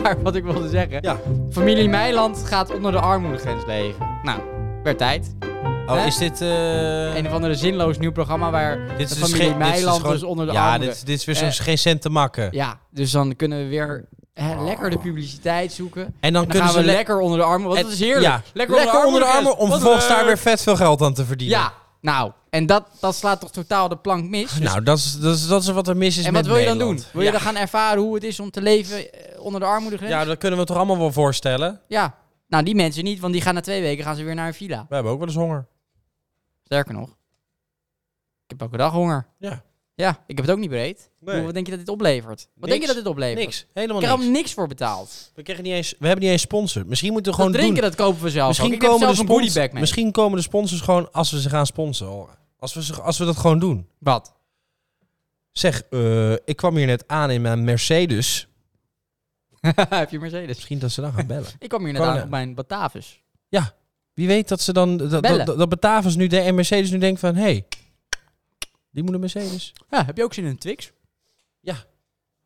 Speaker 2: maar wat ik wilde zeggen.
Speaker 1: Ja.
Speaker 2: Familie Meiland gaat onder de armoedegrens leven. Nou, werd tijd.
Speaker 1: Oh,
Speaker 2: Hè?
Speaker 1: is dit... eh,
Speaker 2: Een of andere zinloos nieuw programma waar
Speaker 1: dit
Speaker 2: de
Speaker 1: dus
Speaker 2: familie
Speaker 1: dit
Speaker 2: Meiland
Speaker 1: gewoon-
Speaker 2: dus onder de
Speaker 1: Ja,
Speaker 2: armoede-
Speaker 1: dit, dit is weer zo'n
Speaker 2: Eh.
Speaker 1: geen cent te makken.
Speaker 2: Ja, dus dan kunnen we weer hè, lekker de publiciteit zoeken. En
Speaker 1: En Oh. dan,
Speaker 2: dan
Speaker 1: kunnen
Speaker 2: gaan we
Speaker 1: ze... le-
Speaker 2: lekker onder de armen. Want
Speaker 1: en-
Speaker 2: dat is heerlijk.
Speaker 1: Ja. Lekker, onder de armen
Speaker 2: armoedegrens.
Speaker 1: om
Speaker 2: Wat
Speaker 1: vervolgens daar
Speaker 2: leuk.
Speaker 1: weer vet veel geld aan te verdienen.
Speaker 2: Ja, nou. En dat, dat slaat toch totaal de plank mis. Dus
Speaker 1: Nou, dat is, dat, is, dat is wat er mis is
Speaker 2: en
Speaker 1: met
Speaker 2: wat wil je dan doen?
Speaker 1: Nederland.
Speaker 2: Wil je
Speaker 1: ja.
Speaker 2: dan gaan ervaren hoe het is om te leven eh, onder de armoedegrens?
Speaker 1: ja, dat kunnen we toch allemaal wel voorstellen.
Speaker 2: Ja. Nou, die mensen niet, want die gaan na twee weken gaan ze weer naar een villa.
Speaker 1: We hebben ook wel eens honger.
Speaker 2: Sterker nog, ik heb elke dag honger.
Speaker 1: Ja.
Speaker 2: Ja, ik heb het ook niet breed. Ik bedoel,
Speaker 1: Nee.
Speaker 2: Wat denk je dat dit oplevert? Wat
Speaker 1: Niks.
Speaker 2: denk je dat dit oplevert?
Speaker 1: Niks. Helemaal
Speaker 2: Ik heb er
Speaker 1: niks.
Speaker 2: niks voor betaald.
Speaker 1: We, krijgen niet eens, we hebben niet eens sponsor. Misschien moeten we
Speaker 2: Gewoon
Speaker 1: gewoon
Speaker 2: dat drinken,
Speaker 1: doen.
Speaker 2: dat kopen we zelf ook.
Speaker 1: Misschien
Speaker 2: Ik neem
Speaker 1: komen, de
Speaker 2: zelf een
Speaker 1: spons,
Speaker 2: goodiebag mee.
Speaker 1: misschien komen de sponsors gewoon als we ze gaan sponsoren. Als we, ze, als we dat gewoon doen.
Speaker 2: Wat?
Speaker 1: Zeg, eh, ik kwam hier net aan in mijn Mercedes.
Speaker 2: heb je Mercedes?
Speaker 1: Misschien dat ze dan gaan bellen.
Speaker 2: Ik kwam hier net
Speaker 1: Gewoon,
Speaker 2: aan
Speaker 1: eh,
Speaker 2: op mijn Batavus.
Speaker 1: Wie weet dat ze dan... Dat,
Speaker 2: Bellen.
Speaker 1: dat, dat Batavus nu de, en Mercedes nu denkt van... Hé, hey, die moet een Mercedes.
Speaker 2: Ja, heb je ook zin in een Twix?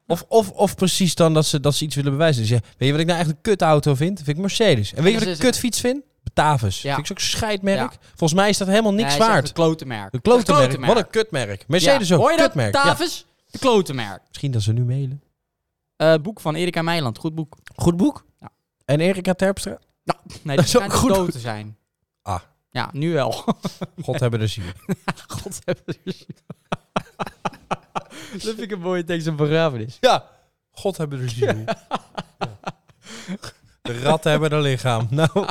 Speaker 1: Of, of, of precies dan dat ze, dat ze iets willen bewijzen. Dus ja, weet je wat ik nou echt een kutauto vind? Vind ik Mercedes. En weet je wat
Speaker 2: Dat
Speaker 1: ik
Speaker 2: is-
Speaker 1: een kutfiets vind? Batavus.
Speaker 2: Ja.
Speaker 1: Vind ik zo'n scheidmerk.
Speaker 2: Ja.
Speaker 1: Volgens mij is dat helemaal niks
Speaker 2: Nee, hij is echt
Speaker 1: waard.
Speaker 2: Een klotenmerk.
Speaker 1: Een klotenmerk. Wat een kutmerk. Mercedes
Speaker 2: Ja.
Speaker 1: ook.
Speaker 2: Hoor je dat,
Speaker 1: kutmerk. Ja.
Speaker 2: Batavus? De klotenmerk.
Speaker 1: Misschien dat ze nu mailen.
Speaker 2: Eh, boek van Erika Meiland. Goed boek.
Speaker 1: Goed boek.
Speaker 2: Ja.
Speaker 1: En Erika Terpstra. Dat
Speaker 2: Nee, dat
Speaker 1: is
Speaker 2: zou
Speaker 1: ook goed.
Speaker 2: goed dood te zijn.
Speaker 1: Ah.
Speaker 2: Ja, nu wel.
Speaker 1: God hebben de ziel.
Speaker 2: God hebben ze- Dat vind ik een mooie tekst op begrafenis.
Speaker 1: Ja. God hebben de ziel. Ja. De ratten hebben een lichaam. Nou,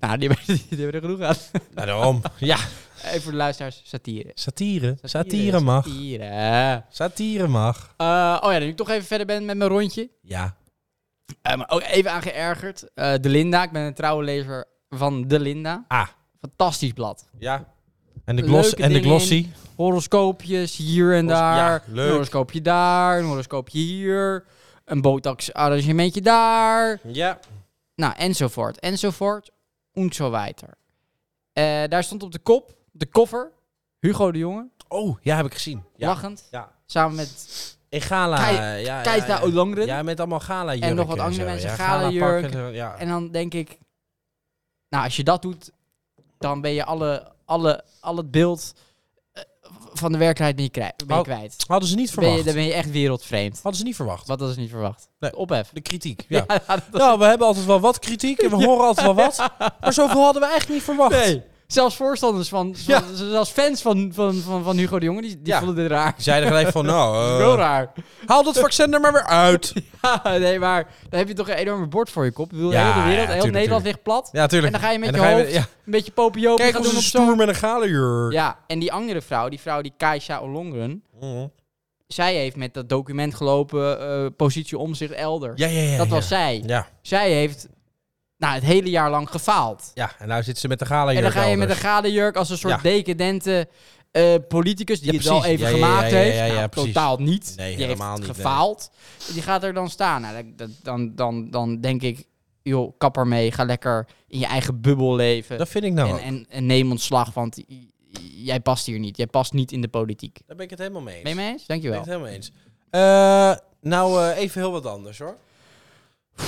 Speaker 2: Nou, die hebben, die hebben er genoeg aan.
Speaker 1: nou, daarom. Ja.
Speaker 2: Even voor de luisteraars, satire.
Speaker 1: Satire. Satire mag.
Speaker 2: Satire.
Speaker 1: Satire mag.
Speaker 2: Eh, oh ja, nu ik toch even verder ben met mijn rondje.
Speaker 1: Ja.
Speaker 2: Eh, maar ook even aan geërgerd. Eh, de Linda, ik ben een trouwe lezer van De Linda.
Speaker 1: Ah.
Speaker 2: Fantastisch blad.
Speaker 1: Ja. En de,
Speaker 2: Leuke
Speaker 1: gloss, en de
Speaker 2: dingen
Speaker 1: glossy.
Speaker 2: horoscoopjes hier en
Speaker 1: Horos-
Speaker 2: daar.
Speaker 1: ja, leuk.
Speaker 2: een horoscoopje daar, een horoscoopje hier. Een botox arrangementje daar.
Speaker 1: Ja.
Speaker 2: Nou, enzovoort, enzovoort. En zo weiter. Eh, daar stond op de kop, de koffer, Hugo de Jonge,
Speaker 1: Oh, ja, heb ik gezien. Ja.
Speaker 2: lachend.
Speaker 1: Ja.
Speaker 2: Samen met
Speaker 1: In gala.
Speaker 2: Kei-
Speaker 1: eh, ja, ja,
Speaker 2: Keita
Speaker 1: ja.
Speaker 2: Ollongren.
Speaker 1: Ja, met allemaal gala
Speaker 2: En nog wat andere mensen, galajurken.
Speaker 1: Ja.
Speaker 2: En dan denk ik, nou, als je dat doet, dan ben je alle, alle, al het beeld eh, van de werkelijkheid ben je, krij- ben je
Speaker 1: Oh,
Speaker 2: kwijt.
Speaker 1: Hadden ze niet
Speaker 2: Ben je,
Speaker 1: verwacht.
Speaker 2: dan ben je echt wereldvreemd.
Speaker 1: Hadden ze niet verwacht.
Speaker 2: Wat dat is niet verwacht.
Speaker 1: Nee.
Speaker 2: Ophef.
Speaker 1: De kritiek, ja.
Speaker 2: dat-
Speaker 1: Nou, we hebben altijd wel wat kritiek en we horen altijd wel wat. Maar zoveel hadden we echt niet verwacht.
Speaker 2: Nee. Zelfs voorstanders van, van-
Speaker 1: Ja.
Speaker 2: zelfs fans van, van, van, van Hugo de Jonge, die, die
Speaker 1: Ja. Eh.
Speaker 2: vonden dit raar.
Speaker 1: Die zeiden gelijk van, nou, eh,
Speaker 2: Heel raar.
Speaker 1: haal dat vaccin er maar weer uit.
Speaker 2: Ja, nee, maar dan heb je toch een enorme bord voor je kop. Ik bedoel,
Speaker 1: Ja,
Speaker 2: heel de
Speaker 1: ja,
Speaker 2: wereld, heel
Speaker 1: tuurlijk,
Speaker 2: Nederland ligt plat.
Speaker 1: Ja, tuurlijk.
Speaker 2: En dan ga je met
Speaker 1: En
Speaker 2: je
Speaker 1: dan ga
Speaker 2: hoofd
Speaker 1: ja.
Speaker 2: een beetje popiopen
Speaker 1: Kijk
Speaker 2: gaan
Speaker 1: ons
Speaker 2: doen
Speaker 1: een
Speaker 2: op zo'n...
Speaker 1: stoer met een galenjurk.
Speaker 2: Ja, en die andere vrouw, die vrouw die Kaisha Olongren,
Speaker 1: Mhm.
Speaker 2: zij heeft met dat document gelopen, eh, positie omzicht elder.
Speaker 1: Ja, ja, ja.
Speaker 2: dat
Speaker 1: ja.
Speaker 2: was zij.
Speaker 1: Ja,
Speaker 2: Zij heeft nou, het hele jaar lang gefaald.
Speaker 1: ja. En nou zit ze met de galenjurk
Speaker 2: En dan ga je met een
Speaker 1: elders.
Speaker 2: gadejurk als een soort
Speaker 1: Ja.
Speaker 2: decadente eh, politicus die
Speaker 1: Ja,
Speaker 2: het wel
Speaker 1: precies.
Speaker 2: even
Speaker 1: Ja, ja, ja,
Speaker 2: gemaakt
Speaker 1: ja, ja,
Speaker 2: heeft.
Speaker 1: ja, ja,
Speaker 2: Nou,
Speaker 1: precies.
Speaker 2: totaal niet.
Speaker 1: Nee,
Speaker 2: die heeft
Speaker 1: helemaal
Speaker 2: het
Speaker 1: niet, nee.
Speaker 2: gefaald. Die gaat er dan staan. Nou, dat- dat- dan, dan, dan denk ik, joh, kapper mee. Ga lekker in je eigen bubbel leven.
Speaker 1: Dat vind ik nou
Speaker 2: en,
Speaker 1: ook.
Speaker 2: en, en neem ontslag, want j- j- jij past hier niet. Jij past niet in de politiek.
Speaker 1: Daar ben ik het helemaal mee eens.
Speaker 2: Ben je mee eens?
Speaker 1: ben ik
Speaker 2: Dankjewel.
Speaker 1: het helemaal eens. Eh, nou, eh, even heel wat anders hoor.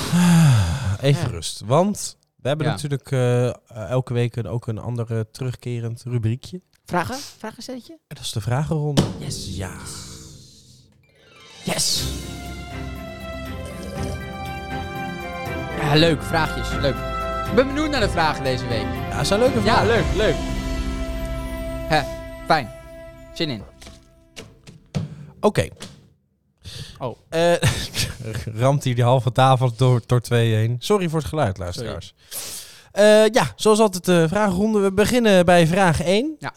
Speaker 1: Even
Speaker 2: Ja.
Speaker 1: rust. Want we hebben
Speaker 2: Ja.
Speaker 1: natuurlijk eh, eh, elke week een, ook een andere terugkerend rubriekje.
Speaker 2: Vragen? Vragen setje?
Speaker 1: En dat is de vragenronde.
Speaker 2: Yes.
Speaker 1: Ja.
Speaker 2: Yes. Ja, leuk. Vraagjes. Leuk. Ik ben benieuwd naar de vragen deze week.
Speaker 1: Ja, zijn leuke
Speaker 2: Ja,
Speaker 1: vragen.
Speaker 2: leuk, leuk. Hè, fijn. Zin in.
Speaker 1: Oké.
Speaker 2: Oh.
Speaker 1: Eh, ramt hier die halve tafel door, door twee heen. Sorry voor het geluid, luisteraars. Eh, ja, zoals altijd de vragenronde. We beginnen bij vraag 1.
Speaker 2: Ja.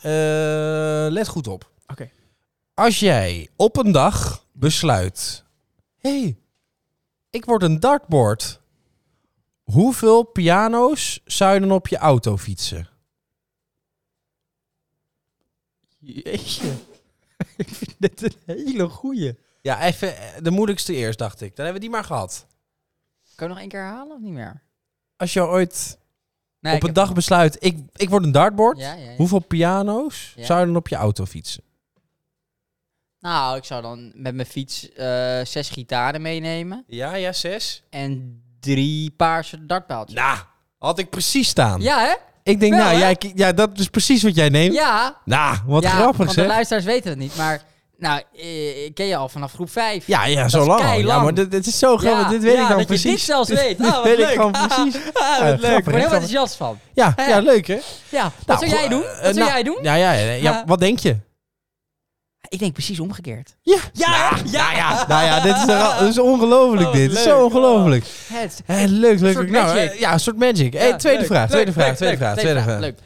Speaker 1: let goed op.
Speaker 2: Oké.
Speaker 1: Als jij op een dag besluit... Hé, hey, ik word een dartboard. Hoeveel piano's zou je dan op je auto fietsen?
Speaker 2: Jeetje. Ik vind dit een hele goeie.
Speaker 1: Ja, even eh, de moeilijkste eerst, dacht ik. Dan hebben we die maar gehad.
Speaker 2: Kan je nog één keer herhalen of niet meer?
Speaker 1: Als je ooit
Speaker 2: Nee,
Speaker 1: op een dag besluit, ik, ik word een dartboard.
Speaker 2: Ja, ja, ja.
Speaker 1: Hoeveel piano's
Speaker 2: Ja.
Speaker 1: zou je dan op je auto fietsen?
Speaker 2: Nou, ik zou dan met mijn fiets eh, zes gitaren meenemen.
Speaker 1: Ja, ja, zes.
Speaker 2: En drie paarse dartpaaltjes.
Speaker 1: Nou, had ik precies staan.
Speaker 2: Ja, hè?
Speaker 1: Ik denk,
Speaker 2: Wel,
Speaker 1: nou,
Speaker 2: hè?
Speaker 1: jij, ki- ja, dat is precies wat jij neemt.
Speaker 2: Ja.
Speaker 1: Nou, wat
Speaker 2: ja,
Speaker 1: grappig
Speaker 2: Want de
Speaker 1: zeg.
Speaker 2: luisteraars weten het niet, maar... Nou, eh, ik ken je al vanaf groep vijf.
Speaker 1: Ja, ja, zo
Speaker 2: is
Speaker 1: lang. al. Ja,
Speaker 2: keilang.
Speaker 1: maar dit, dit is zo grappig. dit weet
Speaker 2: ja,
Speaker 1: ik dan
Speaker 2: dat
Speaker 1: precies.
Speaker 2: je dit zelfs weet. Ah, wat
Speaker 1: weet
Speaker 2: leuk.
Speaker 1: ik gewoon precies.
Speaker 2: Ah,
Speaker 1: Ja, grappig,
Speaker 2: wat leuk. Ik word heel
Speaker 1: grappig.
Speaker 2: enthousiast van.
Speaker 1: Ja,
Speaker 2: Ja.
Speaker 1: ja, leuk hè?
Speaker 2: Ja, wat
Speaker 1: Nou,
Speaker 2: zou jij
Speaker 1: eh,
Speaker 2: doen?
Speaker 1: eh,
Speaker 2: Wat zou
Speaker 1: nou,
Speaker 2: jij doen?
Speaker 1: Ja, ja, ja, ja,
Speaker 2: Ja.
Speaker 1: Wat denk je?
Speaker 2: Ik denk precies omgekeerd.
Speaker 1: Ja.
Speaker 2: Ja,
Speaker 1: Nou, Nou ja, nou ja, dit is, er- dit is ongelooflijk
Speaker 2: Oh, wat
Speaker 1: dit. Dit is
Speaker 2: leuk.
Speaker 1: zo ongelooflijk.
Speaker 2: Het.
Speaker 1: Hé, leuk, leuk.
Speaker 2: Oh.
Speaker 1: leuk.
Speaker 2: soort
Speaker 1: Nou,
Speaker 2: magic.
Speaker 1: eh, ja, een soort magic. Hé, tweede vraag, tweede vraag, tweede vraag, tweede vraag.
Speaker 2: Leuk.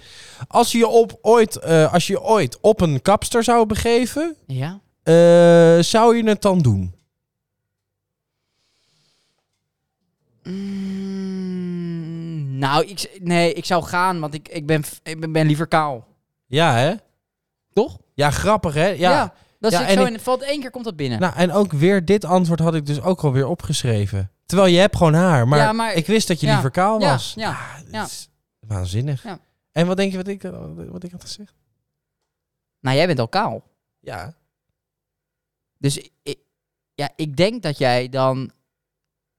Speaker 1: Als je je op ooit, eh, als je je ooit op een kapster zou begeven,
Speaker 2: Ja.
Speaker 1: eh, zou je het dan doen?
Speaker 2: Mm, nou, ik, z- nee, ik zou gaan, want ik, ik, ben, f- ik ben, ben liever kaal.
Speaker 1: Ja, hè?
Speaker 2: Toch?
Speaker 1: Ja, grappig, hè? Ja.
Speaker 2: Dat
Speaker 1: Ja,
Speaker 2: zit
Speaker 1: en
Speaker 2: zo
Speaker 1: ik-
Speaker 2: in, valt één keer komt dat binnen.
Speaker 1: Nou, en ook weer dit antwoord had ik dus ook alweer opgeschreven. Terwijl je hebt gewoon haar, maar,
Speaker 2: Ja, maar-
Speaker 1: ik wist dat je
Speaker 2: ja,
Speaker 1: liever kaal
Speaker 2: ja,
Speaker 1: was. Ah,
Speaker 2: ja,
Speaker 1: dit
Speaker 2: ja.
Speaker 1: is waanzinnig.
Speaker 2: Ja.
Speaker 1: En wat denk je wat ik, eh, wat ik had gezegd?
Speaker 2: Nou, jij bent al kaal.
Speaker 1: Ja.
Speaker 2: Dus i- ik, ja, ik denk dat jij dan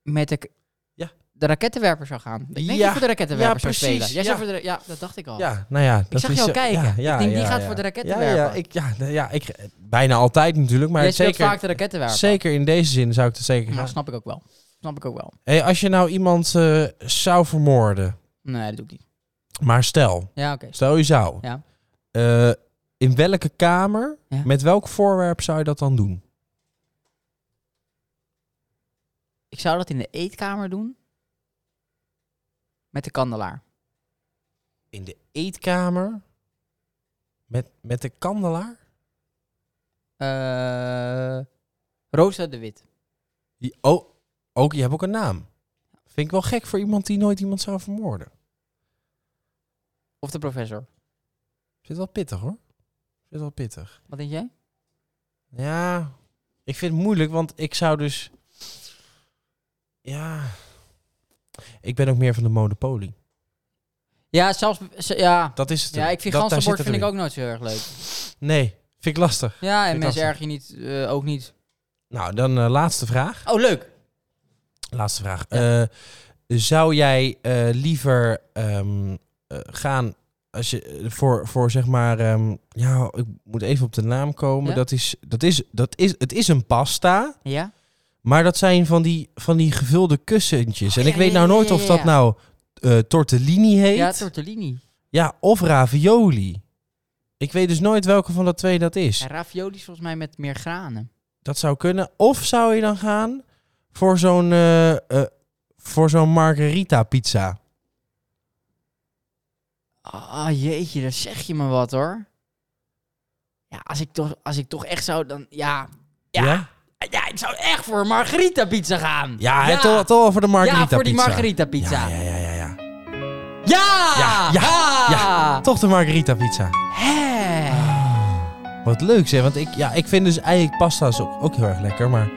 Speaker 2: met de, k-
Speaker 1: Ja.
Speaker 2: de rakettenwerper zou gaan. Ik denk dat
Speaker 1: Ja.
Speaker 2: je voor de rakettenwerper
Speaker 1: Ja,
Speaker 2: zou
Speaker 1: precies,
Speaker 2: spelen. Jij zou
Speaker 1: ja.
Speaker 2: voor de, ja, dat dacht Oh. ik al.
Speaker 1: Ja, nou ja. dat
Speaker 2: zag
Speaker 1: is
Speaker 2: jou
Speaker 1: zo-
Speaker 2: kijken.
Speaker 1: Ja,
Speaker 2: Ik
Speaker 1: ja,
Speaker 2: denk, die
Speaker 1: ja,
Speaker 2: gaat
Speaker 1: ja.
Speaker 2: voor de
Speaker 1: ja,
Speaker 2: rakettenwerper.
Speaker 1: ja, ik, ja, nou ja, ik, eh, bijna altijd natuurlijk, maar
Speaker 2: jij speelt
Speaker 1: zeker,
Speaker 2: vaak de rakettenwerper.
Speaker 1: zeker in deze zin zou ik het zeker
Speaker 2: Nou,
Speaker 1: gaan.
Speaker 2: snap ik ook wel. Snap ik ook wel.
Speaker 1: Hey, als je nou iemand eh, zou vermoorden,
Speaker 2: Nee, dat doe ik niet.
Speaker 1: maar stel,
Speaker 2: Ja, oké.
Speaker 1: stel je zou.
Speaker 2: Ja.
Speaker 1: Eh, in welke kamer,
Speaker 2: Ja.
Speaker 1: met welk voorwerp zou je dat dan doen?
Speaker 2: Ik zou dat in de eetkamer doen. Met de kandelaar.
Speaker 1: In de eetkamer? Met, met de kandelaar?
Speaker 2: Eh, Rosa de Wit.
Speaker 1: Die- Oh, ook, je hebt ook een naam. Vind ik wel gek voor iemand die nooit iemand zou vermoorden.
Speaker 2: Of de professor.
Speaker 1: Zit wel pittig hoor. Zit wel pittig.
Speaker 2: Wat denk jij?
Speaker 1: Ja, ik vind het moeilijk, want ik zou dus. Ja. Ik ben ook meer van de monopolie.
Speaker 2: Ja, zelfs... z- Ja,
Speaker 1: Dat is het.
Speaker 2: ja
Speaker 1: hem.
Speaker 2: ik vind
Speaker 1: Dat- daar
Speaker 2: ganzenbord
Speaker 1: zit
Speaker 2: vind
Speaker 1: het
Speaker 2: ik
Speaker 1: hem
Speaker 2: ook nooit zo erg leuk.
Speaker 1: in. Nee, vind ik lastig.
Speaker 2: Ja, en
Speaker 1: ik lastig.
Speaker 2: mensen erg je niet, eh, ook niet.
Speaker 1: Nou, dan eh, laatste vraag.
Speaker 2: Oh, leuk.
Speaker 1: Laatste vraag. Eh, zou jij eh, liever ehm, eh, gaan als je eh, voor, voor zeg maar, ehm, ja, ik moet even op de naam komen.
Speaker 2: Ja?
Speaker 1: Dat is, dat is, dat is, het is een pasta,
Speaker 2: Ja?
Speaker 1: maar dat zijn van die, van die gevulde kussentjes.
Speaker 2: Oh,
Speaker 1: en
Speaker 2: ja,
Speaker 1: ik weet
Speaker 2: ja,
Speaker 1: nou
Speaker 2: ja,
Speaker 1: nooit
Speaker 2: ja,
Speaker 1: of
Speaker 2: ja,
Speaker 1: dat
Speaker 2: ja.
Speaker 1: nou eh, tortellini heet,
Speaker 2: Ja,
Speaker 1: ja,
Speaker 2: tortellini.
Speaker 1: of ravioli. Ik weet dus nooit welke van dat twee dat is.
Speaker 2: Ja, ravioli is volgens mij met meer granen.
Speaker 1: Dat zou kunnen. Of zou je dan gaan voor zo'n eh, eh, voor zo'n margarita pizza?
Speaker 2: Ah, jeetje, daar zeg je me wat hoor. Ja, als ik toch, als ik toch echt zou, dan ja. Ja.
Speaker 1: ja?
Speaker 2: Ja, ik zou echt voor een margarita pizza gaan.
Speaker 1: Ja, hè, toch, toch wel voor de margarita
Speaker 2: Ja, voor die
Speaker 1: pizza.
Speaker 2: margarita pizza.
Speaker 1: Ja,
Speaker 2: Ja!
Speaker 1: ja, ja, ja, ja. Ja,
Speaker 2: Ja! Ah.
Speaker 1: ja, Ah, Toch de margarita pizza.
Speaker 2: Hè.
Speaker 1: Wat leuk zeg, want ik, ja, ik vind dus eigenlijk pasta's ook, ook heel erg lekker, maar...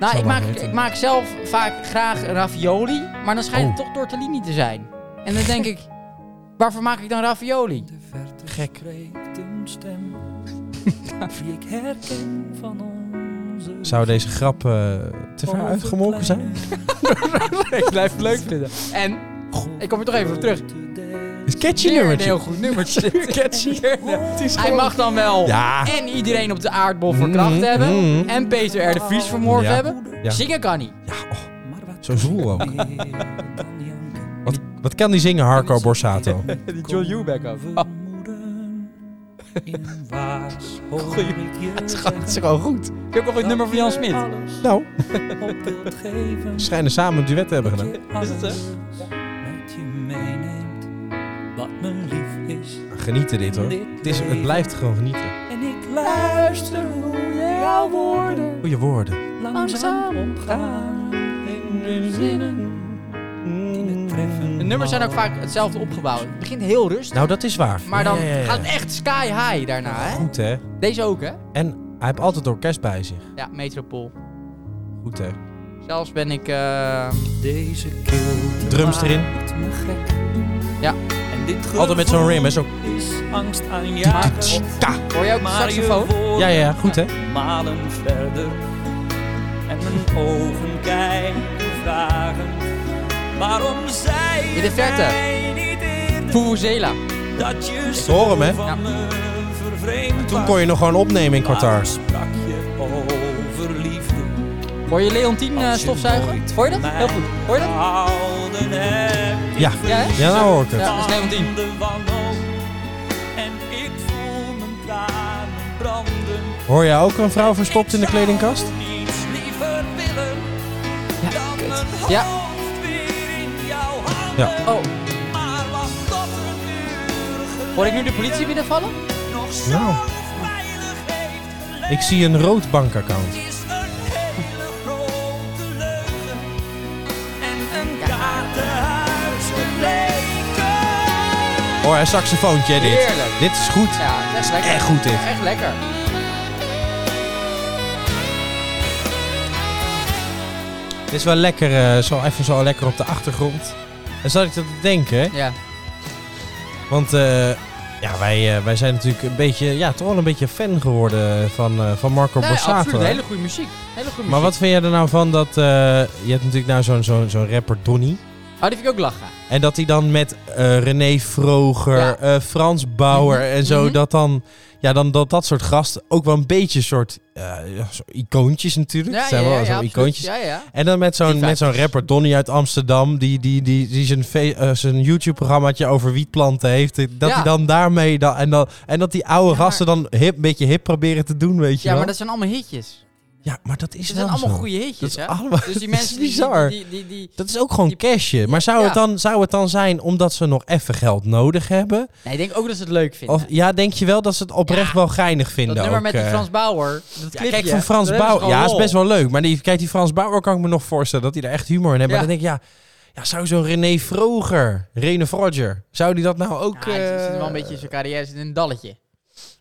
Speaker 2: Nou, ik maak,
Speaker 1: margarita.
Speaker 2: ik maak zelf vaak graag ravioli, maar dan
Speaker 1: Oh.
Speaker 2: schijnt het toch tortellini te zijn. En dan denk ik, waarvoor maak ik dan ravioli?
Speaker 3: De verte
Speaker 1: Gek.
Speaker 3: spreekt een stem die ik herken van onze.
Speaker 1: Zou deze grap eh, te
Speaker 3: Oh,
Speaker 1: ver uitgemolken zijn?
Speaker 2: ik blijf het leuk vinden. En Ik kom er toch even op terug.
Speaker 1: Is catchy
Speaker 2: weer een heel
Speaker 1: nummertje.
Speaker 2: goed nummertje.
Speaker 1: Catchy.
Speaker 2: Hij mag dan wel
Speaker 1: Ja.
Speaker 2: en iedereen op de aardbol verkracht
Speaker 1: Mhm,
Speaker 2: hebben.
Speaker 1: mhm.
Speaker 2: En Peter R. de Vries vermoord
Speaker 1: Ja.
Speaker 2: hebben.
Speaker 1: Ja.
Speaker 2: Zingen kan niet.
Speaker 1: Ja, oh, zo zwoel ook. Wat, wat kan die zingen, Harco Borsato?
Speaker 2: Die John Hubeck ook. Oh.
Speaker 3: In waas hoor
Speaker 2: Goeie-
Speaker 3: ik je
Speaker 2: Het is gewoon, het is gewoon goed. Vind ik ook op het nummer van Jan Smit.
Speaker 1: Nou,
Speaker 3: op wilt geven.
Speaker 1: we schijnen samen een duet te hebben gedaan.
Speaker 3: Is
Speaker 2: het zo?
Speaker 3: Met je meeneemt wat me lief is.
Speaker 1: Genieten dit hoor. Het, is, het blijft gewoon genieten.
Speaker 3: En ik luister hoe jouw woorden
Speaker 1: Goeie woorden.
Speaker 3: langzaam omgaan in de zinnen.
Speaker 2: Mm. De nummers zijn ook vaak hetzelfde opgebouwd. Het begint heel rustig,
Speaker 1: Nou, dat is waar.
Speaker 2: maar dan
Speaker 1: Ja, ja, ja.
Speaker 2: gaat het echt sky high daarna. Hè?
Speaker 1: Goed hè.
Speaker 2: Deze ook, hè?
Speaker 1: En hij heeft altijd orkest bij zich.
Speaker 2: Ja, Metropool.
Speaker 1: Goed hè.
Speaker 2: Zelfs ben ik... eh,
Speaker 3: Deze keel
Speaker 1: Drums erin.
Speaker 3: me gek.
Speaker 2: Ja.
Speaker 3: En dit
Speaker 1: Altijd met zo'n rim hè. Zo.
Speaker 3: gevoel Is angst aanjagend.
Speaker 2: hoor je ook de
Speaker 3: Maar je
Speaker 2: saxofoon?
Speaker 3: woorden
Speaker 1: Ja, ja, ja. Goed hè.
Speaker 3: malen verder. En mijn ogen kijken vragen. Waarom zij
Speaker 2: In de verte.
Speaker 3: mij niet eerder
Speaker 2: Vuvuzela.
Speaker 3: dat je zo
Speaker 1: hoor hem, hè?
Speaker 3: van
Speaker 2: Ja.
Speaker 3: me vervreemd
Speaker 1: Toen
Speaker 3: was.
Speaker 1: kon je nog gewoon opnemen in
Speaker 3: Waarom
Speaker 1: Qatar.
Speaker 3: sprak je over liefde.
Speaker 2: Hoor je Leontien
Speaker 1: Oh,
Speaker 2: eh,
Speaker 3: Als je
Speaker 2: stofzuigen?
Speaker 3: nooit
Speaker 2: Hoor je dat?
Speaker 3: mij
Speaker 2: Heel goed. Hoor je dat?
Speaker 3: gehouden hebt.
Speaker 1: Ja.
Speaker 3: Ik
Speaker 2: Ja, hè?
Speaker 1: Ja, nou hoor ik het.
Speaker 2: Ja. dat is Leontien.
Speaker 3: De wanhoop. En ik voel mijn tranen branden.
Speaker 1: Hoor jij ook een vrouw verstopt in de kledingkast?
Speaker 3: Niets liever willen
Speaker 2: Ja,
Speaker 3: dan
Speaker 2: kut.
Speaker 3: mijn hoofd
Speaker 2: Ja.
Speaker 3: weer in jouw handen.
Speaker 1: Ja.
Speaker 2: Oh,
Speaker 3: Maar was dat een uur geleden
Speaker 2: hoor ik nu de politie binnenvallen?
Speaker 3: nog zo
Speaker 1: Nou.
Speaker 3: veilig heeft geleefd?
Speaker 1: Ik zie een rood bankaccount.
Speaker 3: is een hele grote leugen en een kaartenhuis gebleken.
Speaker 1: Hoor, een saxofoontje hè, dit.
Speaker 2: Heerlijk.
Speaker 1: Dit is goed.
Speaker 2: Ja, het is echt lekker.
Speaker 1: Echt goed dit.
Speaker 2: Echt lekker.
Speaker 1: Dit is wel lekker, eh, zo even zo lekker op de achtergrond. En zat ik dat te denken, hè?
Speaker 2: Ja.
Speaker 1: Want eh, ja, wij, eh, wij zijn natuurlijk een beetje, ja, toch wel een beetje fan geworden van, eh, van Marco
Speaker 2: Nee,
Speaker 1: Borsato.
Speaker 2: absoluut.
Speaker 1: hè?
Speaker 2: Hele goede muziek. Hele goede muziek.
Speaker 1: Maar wat vind jij er nou van dat, eh, je hebt natuurlijk nou zo'n zo'n zo'n rapper Donny.
Speaker 2: Oh, die vind ik ook lachen.
Speaker 1: En dat hij dan met eh, René Vroger,
Speaker 2: Ja.
Speaker 1: eh, Frans Bauer
Speaker 2: Mhm,
Speaker 1: en zo,
Speaker 2: mhm.
Speaker 1: dat dan, ja, dan dat, dat soort gasten ook wel een beetje soort eh, ja, zo icoontjes natuurlijk. Het zijn wel zo'n
Speaker 2: absoluut.
Speaker 1: icoontjes.
Speaker 2: Ja, ja.
Speaker 1: En dan met zo'n,
Speaker 2: Die
Speaker 1: met zo'n
Speaker 2: vijftigers.
Speaker 1: rapper Donny uit Amsterdam, die, die, die, die zijn, fe- eh, zijn YouTube-programmaatje over wietplanten heeft. eh, Dat
Speaker 2: Ja.
Speaker 1: hij dan daarmee, dan, en, dan, en dat die oude
Speaker 2: Ja, maar-
Speaker 1: gasten dan hip, een beetje hip proberen te doen, weet je
Speaker 2: Ja,
Speaker 1: wel.
Speaker 2: maar dat zijn allemaal hitjes.
Speaker 1: ja, maar dat is
Speaker 2: Dat
Speaker 1: wel
Speaker 2: zijn allemaal
Speaker 1: zo.
Speaker 2: goede
Speaker 1: Dat
Speaker 2: hitjes,
Speaker 1: is
Speaker 2: hè?
Speaker 1: allemaal-
Speaker 2: Dus die
Speaker 1: dat
Speaker 2: mensen
Speaker 1: is
Speaker 2: die-
Speaker 1: bizar.
Speaker 2: Die, die, die, die-
Speaker 1: Dat is ook gewoon cashje. Maar zou,
Speaker 2: Ja.
Speaker 1: het dan, zou het dan zijn omdat ze nog even geld nodig hebben?
Speaker 2: Nee, ik denk ook dat ze het leuk vinden.
Speaker 1: Of ja, denk je wel dat ze het oprecht
Speaker 2: Ja.
Speaker 1: wel geinig vinden?
Speaker 2: dat nummer
Speaker 1: ook,
Speaker 2: met die
Speaker 1: eh.
Speaker 2: Frans Bauer. Dat
Speaker 1: Ja,
Speaker 2: clipje,
Speaker 1: kijk, van Frans
Speaker 2: daar hebben
Speaker 1: Bauer.
Speaker 2: ze gewoon
Speaker 1: Ja, is
Speaker 2: lol.
Speaker 1: best wel leuk. Maar die, kijk, die Frans Bauer kan ik me nog voorstellen dat hij er echt humor in heeft.
Speaker 2: Ja.
Speaker 1: Maar dan denk ik, ja, ja zou zo'n René Vroger, Rene Vroger, zou die dat nou ook...
Speaker 2: Ja, hij
Speaker 1: eh,
Speaker 2: zit wel een beetje, zijn carrière zit in een dalletje.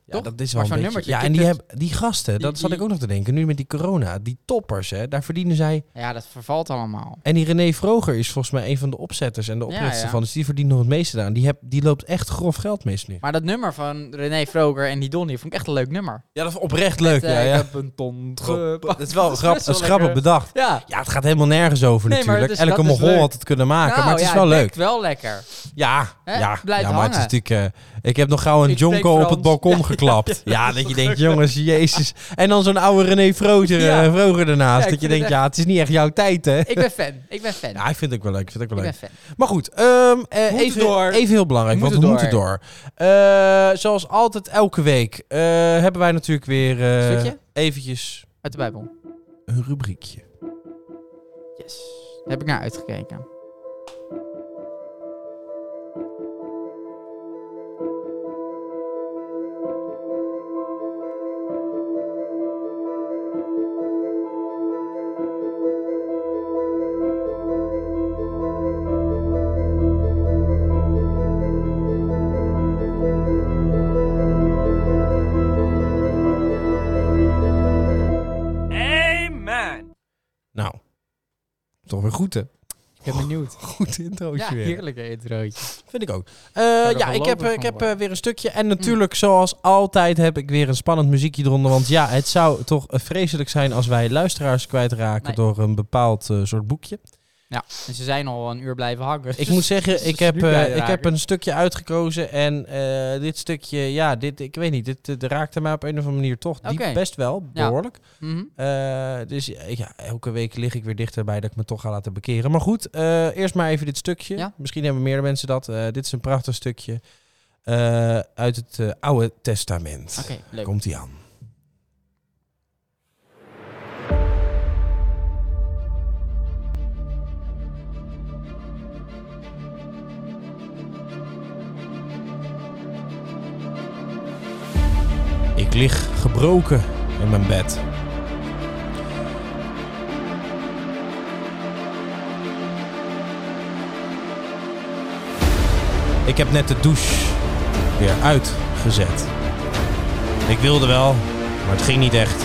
Speaker 1: Ja,
Speaker 2: Toch?
Speaker 1: dat is
Speaker 2: Maar
Speaker 1: wel een
Speaker 2: zo'n
Speaker 1: beetje...
Speaker 2: nummertje,
Speaker 1: Ja,
Speaker 2: tuk,
Speaker 1: en die,
Speaker 2: tuk.
Speaker 1: hebben die gasten,
Speaker 2: Die-
Speaker 1: dat zat ik
Speaker 2: die-
Speaker 1: ook nog te denken. Nu met die corona, die toppers, hè, daar verdienen zij...
Speaker 2: Ja, dat vervalt allemaal.
Speaker 1: En die René Vroger is volgens mij een van de opzetters en de
Speaker 2: Ja,
Speaker 1: oprichters
Speaker 2: ja.
Speaker 1: ervan. Dus die verdient nog het meeste aan. Die, heb, die loopt echt grof geld mis nu.
Speaker 2: Maar dat nummer van René Vroger en die Donnie vond ik echt een leuk nummer.
Speaker 1: Ja, dat is oprecht leuk.
Speaker 2: Eh,
Speaker 1: Ja, ja.
Speaker 2: Ik heb een ton gepakt.
Speaker 1: Dat is wel
Speaker 2: best
Speaker 1: grap, dat
Speaker 2: wel
Speaker 1: is grappig
Speaker 2: lekker.
Speaker 1: bedacht.
Speaker 2: Ja.
Speaker 1: Ja, het gaat helemaal nergens over
Speaker 2: Nee, maar
Speaker 1: natuurlijk.
Speaker 2: dat is-
Speaker 1: Elke
Speaker 2: dat is
Speaker 1: mogol
Speaker 2: leuk.
Speaker 1: had het kunnen maken,
Speaker 2: Nou,
Speaker 1: maar het is
Speaker 2: ja,
Speaker 1: wel leuk.
Speaker 2: werkt wel lekker.
Speaker 1: Ja,
Speaker 2: Hè?
Speaker 1: ja,
Speaker 2: Blijft
Speaker 1: ja maar het is
Speaker 2: hangen.
Speaker 1: natuurlijk... eh, ik heb nog gauw een
Speaker 2: Ik spreek
Speaker 1: jonko op het
Speaker 2: Frans.
Speaker 1: balkon
Speaker 2: Ja,
Speaker 1: geklapt. Ja,
Speaker 2: ja, ja, dat is
Speaker 1: dat je
Speaker 2: toch
Speaker 1: denkt,
Speaker 2: leuk?
Speaker 1: jongens, jezus. En dan zo'n oude René Vroger,
Speaker 2: Ja.
Speaker 1: eh, Vroger ernaast. dat
Speaker 2: Ja, ik
Speaker 1: je
Speaker 2: vind het
Speaker 1: denkt, ja, het is niet echt jouw tijd, hè?
Speaker 2: Ik ben fan. Ik ben fan.
Speaker 1: Ja, ik vind het ook wel leuk. Ik vind het ook
Speaker 2: ik
Speaker 1: wel leuk.
Speaker 2: ben fan.
Speaker 1: Maar goed, ehm, eh,
Speaker 2: moeten
Speaker 1: even,
Speaker 2: door.
Speaker 1: even heel belangrijk,
Speaker 2: We
Speaker 1: want we
Speaker 2: moeten
Speaker 1: moeten door. Eh, zoals altijd, elke week eh, hebben wij natuurlijk weer eh,
Speaker 2: Stukje?
Speaker 1: eventjes
Speaker 2: Uit de Bijbel.
Speaker 1: een rubriekje.
Speaker 2: Yes. Daar heb ik naar uitgekeken.
Speaker 3: Amen.
Speaker 1: Nou, toch weer goed, hè?
Speaker 2: Ik ben benieuwd.
Speaker 1: Goed introotje
Speaker 2: Ja,
Speaker 1: weer.
Speaker 2: heerlijke introotje.
Speaker 1: Vind ik ook. Eh,
Speaker 2: er
Speaker 1: ja,
Speaker 2: wel
Speaker 1: ik heb,
Speaker 2: lovig
Speaker 1: eh, ik
Speaker 2: van
Speaker 1: heb eh,
Speaker 2: worden.
Speaker 1: weer een stukje.
Speaker 2: Mm.
Speaker 1: En natuurlijk, zoals altijd, heb ik weer een spannend muziekje eronder. Want ja, het zou toch eh, vreselijk zijn als wij luisteraars kwijtraken
Speaker 2: Nee.
Speaker 1: door een bepaald eh, soort boekje.
Speaker 2: Ja, en ze zijn al een uur blijven hangen.
Speaker 1: Ik moet zeggen,
Speaker 2: dus
Speaker 1: ik
Speaker 2: nu
Speaker 1: heb, eh, ik
Speaker 2: kwijtraken.
Speaker 1: heb een stukje uitgekozen. En eh, dit stukje, ja, dit, ik weet niet, dit, dit raakte mij op een of andere manier toch diep,
Speaker 2: Oké.
Speaker 1: best wel,
Speaker 2: Ja.
Speaker 1: behoorlijk.
Speaker 2: Mhm.
Speaker 1: Eh, dus eh, ja, elke week lig ik weer dichterbij dat ik me toch ga laten bekeren. Maar goed, eh, eerst maar even dit stukje.
Speaker 2: Ja.
Speaker 1: Misschien hebben meerdere mensen dat. Eh, dit is een prachtig stukje eh, uit het eh, Oude Testament.
Speaker 2: Oké, leuk.
Speaker 1: Komt ie aan. Ik lig gebroken in mijn bed. Ik heb net de douche weer uitgezet. Ik wilde wel, maar het ging niet echt.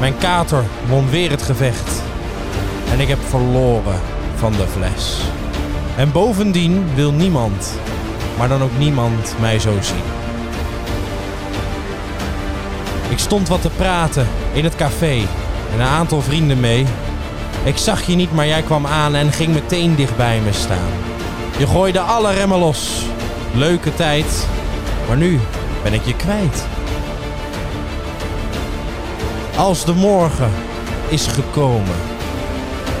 Speaker 1: Mijn kater won weer het gevecht. En ik heb verloren van de fles. En bovendien wil niemand, maar dan ook niemand, mij zo zien. Ik stond wat te praten in het café en een aantal vrienden mee. Ik zag je niet, maar jij kwam aan en ging meteen dicht bij me staan. Je gooide alle remmen los. Leuke tijd, maar nu ben ik je kwijt. Als de morgen is gekomen.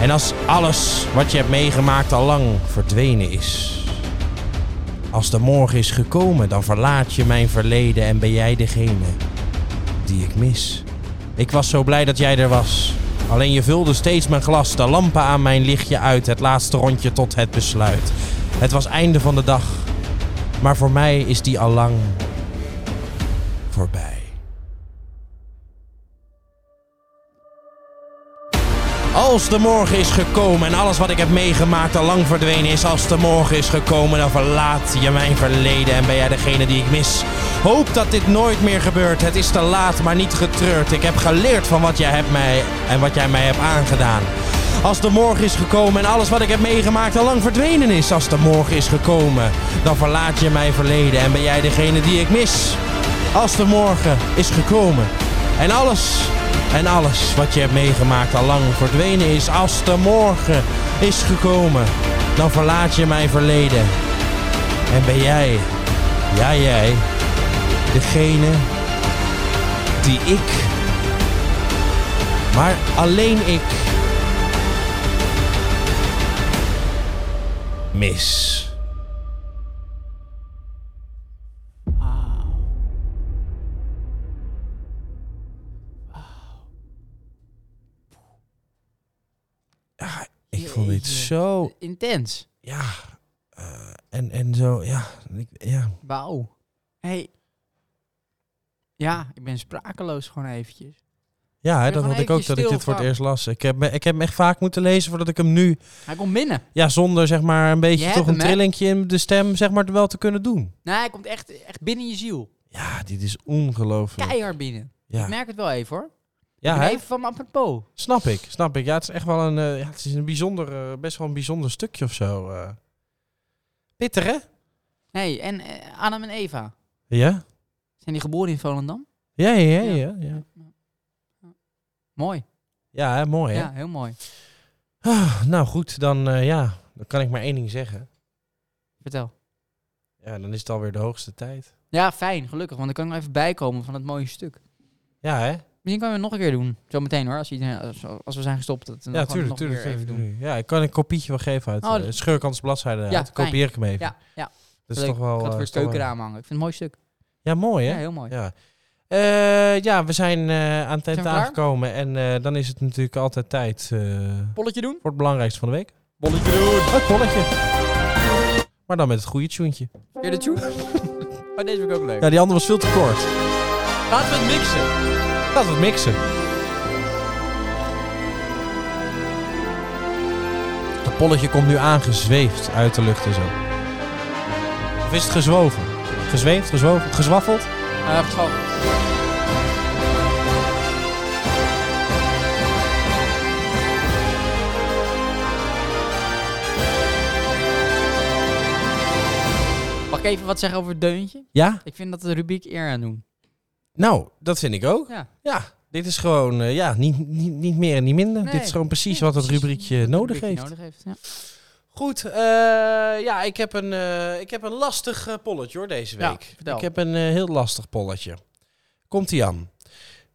Speaker 1: En als alles wat je hebt meegemaakt al lang verdwenen is. Als de morgen is gekomen, dan verlaat je mijn verleden en ben jij degene die ik mis. Ik was zo blij dat jij er was. Alleen je vulde steeds mijn glas, de lampen aan mijn lichtje uit, het laatste rondje tot het besluit. Het was einde van de dag, maar voor mij is die al lang voorbij. Als de morgen is gekomen en alles wat ik heb meegemaakt al lang verdwenen is. Als de morgen is gekomen, dan verlaat je mijn verleden en ben jij degene die ik mis. Hoop dat dit nooit meer gebeurt. Het is te laat, maar niet getreurd. Ik heb geleerd van wat jij hebt mij en wat jij mij hebt aangedaan. Als de morgen is gekomen en alles wat ik heb meegemaakt al lang verdwenen is. Als de morgen is gekomen, dan verlaat je mijn verleden en ben jij degene die ik mis. Als de morgen is gekomen en alles, en alles wat je hebt meegemaakt al lang verdwenen is. Als de morgen is gekomen, dan verlaat je mijn verleden. En ben jij, ja jij, degene die ik, maar alleen ik, mis. Ja, ik vond dit
Speaker 2: Jeetje.
Speaker 1: zo,
Speaker 2: Intens.
Speaker 1: ja, eh, en, en zo, ja, ik, ja.
Speaker 2: Wauw. Hey. Ja, ik ben sprakeloos gewoon eventjes.
Speaker 1: Ja, hè,
Speaker 2: ben
Speaker 1: dat
Speaker 2: gewoon
Speaker 1: had ik ook,
Speaker 2: eventjes
Speaker 1: dat ik
Speaker 2: stil
Speaker 1: dit voor het
Speaker 2: van.
Speaker 1: eerst las. Ik heb, me- ik heb hem echt vaak moeten lezen voordat ik hem nu,
Speaker 2: Hij komt binnen.
Speaker 1: ja, zonder zeg maar een beetje
Speaker 2: hebt
Speaker 1: toch een
Speaker 2: hem, hè?
Speaker 1: trillingje in de stem, zeg maar, wel te kunnen doen.
Speaker 2: Nee, hij komt echt, echt binnen je ziel.
Speaker 1: Ja, Ja, dit is ongelooflijk.
Speaker 2: Keihard binnen. Ik
Speaker 1: Ja,
Speaker 2: merk het wel even hoor.
Speaker 1: ja
Speaker 2: ik ben
Speaker 1: hè?
Speaker 2: even van mijn apropos.
Speaker 1: snap ik. Snap ik. Ja, het is echt wel een, eh, ja, het is een bijzonder, eh, best wel een bijzonder stukje of zo. eh. Pittig, hè?
Speaker 2: hey, en eh, Adam en Eva.
Speaker 1: Ja?
Speaker 2: Zijn die geboren in Volendam?
Speaker 1: Ja, ja, ja. Ja, ja. Oh,
Speaker 2: Mooi.
Speaker 1: ja hè, mooi, hè?
Speaker 2: Ja, heel mooi.
Speaker 1: Ah, nou goed, dan, eh, ja, dan kan ik maar één ding zeggen.
Speaker 2: Vertel.
Speaker 1: Ja, dan is het alweer de hoogste tijd.
Speaker 2: Ja, fijn, gelukkig. Want dan kan ik er even bijkomen van het mooie stuk.
Speaker 1: Ja, hè?
Speaker 2: Misschien kunnen we het nog een keer doen. Zometeen hoor. Als, iedereen, als, als we zijn gestopt. Dat, dan
Speaker 1: Ja,
Speaker 2: gaan we het
Speaker 1: tuurlijk,
Speaker 2: nog
Speaker 1: tuurlijk.
Speaker 2: weer even
Speaker 1: tuurlijk,
Speaker 2: doen.
Speaker 1: tuurlijk. Ja, ik kan een kopietje wel geven uit
Speaker 2: Oh,
Speaker 1: eh, Scheurkans bladzijde.
Speaker 2: Ja,
Speaker 1: uit.
Speaker 2: fijn.
Speaker 1: Kopieer ik hem even.
Speaker 2: Ja, ja.
Speaker 1: Dat is
Speaker 2: Leuk.
Speaker 1: toch wel...
Speaker 2: Ik ga het
Speaker 1: eh,
Speaker 2: voor het
Speaker 1: toch wel-
Speaker 2: keukenraam hangen. Ik vind het een mooi stuk.
Speaker 1: Ja, mooi, hè?
Speaker 2: Ja, heel mooi.
Speaker 1: Ja. Eh, ja, we zijn eh, aan het eind
Speaker 2: klaar?
Speaker 1: aangekomen. En eh, dan is het natuurlijk altijd tijd eh,
Speaker 2: Polletje doen?
Speaker 1: voor het belangrijkste van de week.
Speaker 2: Polletje doen!
Speaker 1: Het polletje. Maar dan met het goede tuentje.
Speaker 2: Weer de tune? oh, deze vind ik ook leuk.
Speaker 1: Ja, die andere was veel te kort.
Speaker 2: Laten we het mixen.
Speaker 1: Laten we het mixen. Het polletje komt nu aangezweefd uit de lucht en zo. Of is het gezwoven? Gezweefd, gezwoven, gezwaffeld?
Speaker 2: Eh, geschoten. Mag ik even wat zeggen over het deuntje?
Speaker 1: Ja?
Speaker 2: Ik vind dat de rubriek eer aan doen.
Speaker 1: Nou, dat vind ik ook.
Speaker 2: Ja.
Speaker 1: Ja, dit is gewoon eh, ja, niet, niet, niet meer en niet minder.
Speaker 2: Nee.
Speaker 1: Dit is gewoon precies
Speaker 2: Nee,
Speaker 1: wat het rubriekje
Speaker 2: wat het
Speaker 1: nodig
Speaker 2: rubriekje
Speaker 1: heeft.
Speaker 2: nodig heeft. Ja.
Speaker 1: Goed, eh, ja, ik heb een, eh, ik heb een lastig eh, polletje hoor deze
Speaker 2: Ja,
Speaker 1: week.
Speaker 2: vertel.
Speaker 1: ik heb een eh, heel lastig polletje. Komt ie aan.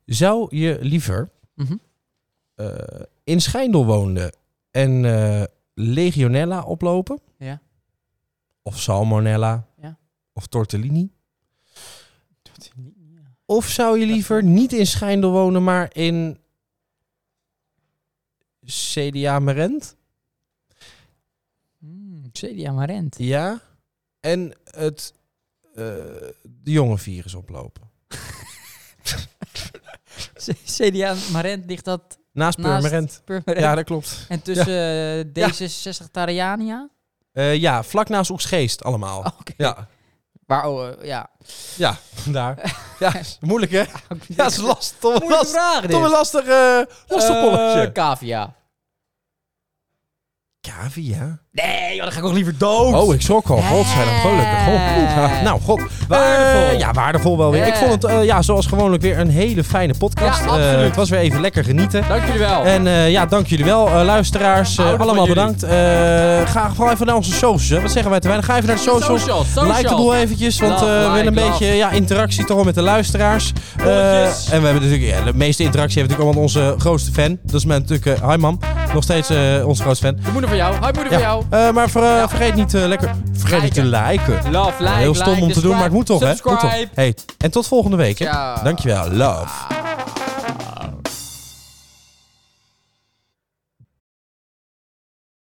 Speaker 1: Zou je liever
Speaker 2: Mhm.
Speaker 1: eh, in Schijndel wonen en eh, legionella oplopen?
Speaker 2: Ja.
Speaker 1: Of salmonella?
Speaker 2: Ja.
Speaker 1: Of tortellini? Of zou je liever niet in Schijndel wonen, maar in CDA Merent?
Speaker 2: Mm, CDA Marent.
Speaker 1: Ja. En het eh, de jonge virus oplopen.
Speaker 2: CDA Marent ligt dat
Speaker 1: Naast
Speaker 2: Naast-
Speaker 1: Purmerend.
Speaker 2: permanent.
Speaker 1: Ja, dat klopt.
Speaker 2: En tussen eh, D66 Tariania?
Speaker 1: Eh, ja, vlak naast Oeksgeest allemaal.
Speaker 2: Oh, Oké.
Speaker 1: Ja,
Speaker 2: Waar, oh, eh, ja.
Speaker 1: ja, daar. Ja, is moeilijk hè? Ja, is lastig. Toch een
Speaker 2: Moeilijke
Speaker 1: lastig,
Speaker 2: vraag dit.
Speaker 1: toch een lastig, eh, lastig polletje.
Speaker 2: Eh, Cavia.
Speaker 1: Cavia.
Speaker 2: Nee, joh, dan ga ik nog liever dood.
Speaker 1: Oh, ik schrok al. God, zijn hem gelukkig. God.
Speaker 2: Ja.
Speaker 1: Nou, god.
Speaker 2: Waardevol.
Speaker 1: Eh, ja, waardevol wel weer.
Speaker 2: Ja.
Speaker 1: Ik vond het, eh, ja, zoals gewoonlijk weer een hele fijne podcast.
Speaker 2: Ja,
Speaker 1: Eh,
Speaker 2: absoluut.
Speaker 1: het was weer even lekker genieten.
Speaker 2: Dank jullie wel.
Speaker 1: En eh, ja, dank jullie wel, eh, luisteraars. eh,
Speaker 2: Houden van
Speaker 1: allemaal
Speaker 2: jullie.
Speaker 1: bedankt. Eh, ga gewoon even naar onze socials. hè. Wat zeggen wij te weinig? Ga even naar de socials.
Speaker 2: social.
Speaker 1: Like de boel eventjes, want
Speaker 2: Love,
Speaker 1: eh, we willen een
Speaker 2: like, love.
Speaker 1: beetje ja, interactie toch wel met de luisteraars. Eh,
Speaker 2: Bolletjes.
Speaker 1: en we hebben natuurlijk, ja, de meeste interactie heeft natuurlijk allemaal onze eh, grootste fan. Dat is mijn natuurlijk, eh, hi mam, nog steeds eh, onze grootste fan.
Speaker 2: De moeder van jou. Hoi, moeder van jou.
Speaker 1: Eh, maar ver- eh, vergeet niet eh, lekker, vergeet niet te liken.
Speaker 2: Love, like,
Speaker 1: Heel stom
Speaker 2: like,
Speaker 1: om te doen, maar het moet toch, hè?
Speaker 2: subscribe.
Speaker 1: Moet toch. Hey, en tot volgende week, hè?
Speaker 2: Ja.
Speaker 1: Dankjewel, love.
Speaker 2: Ah.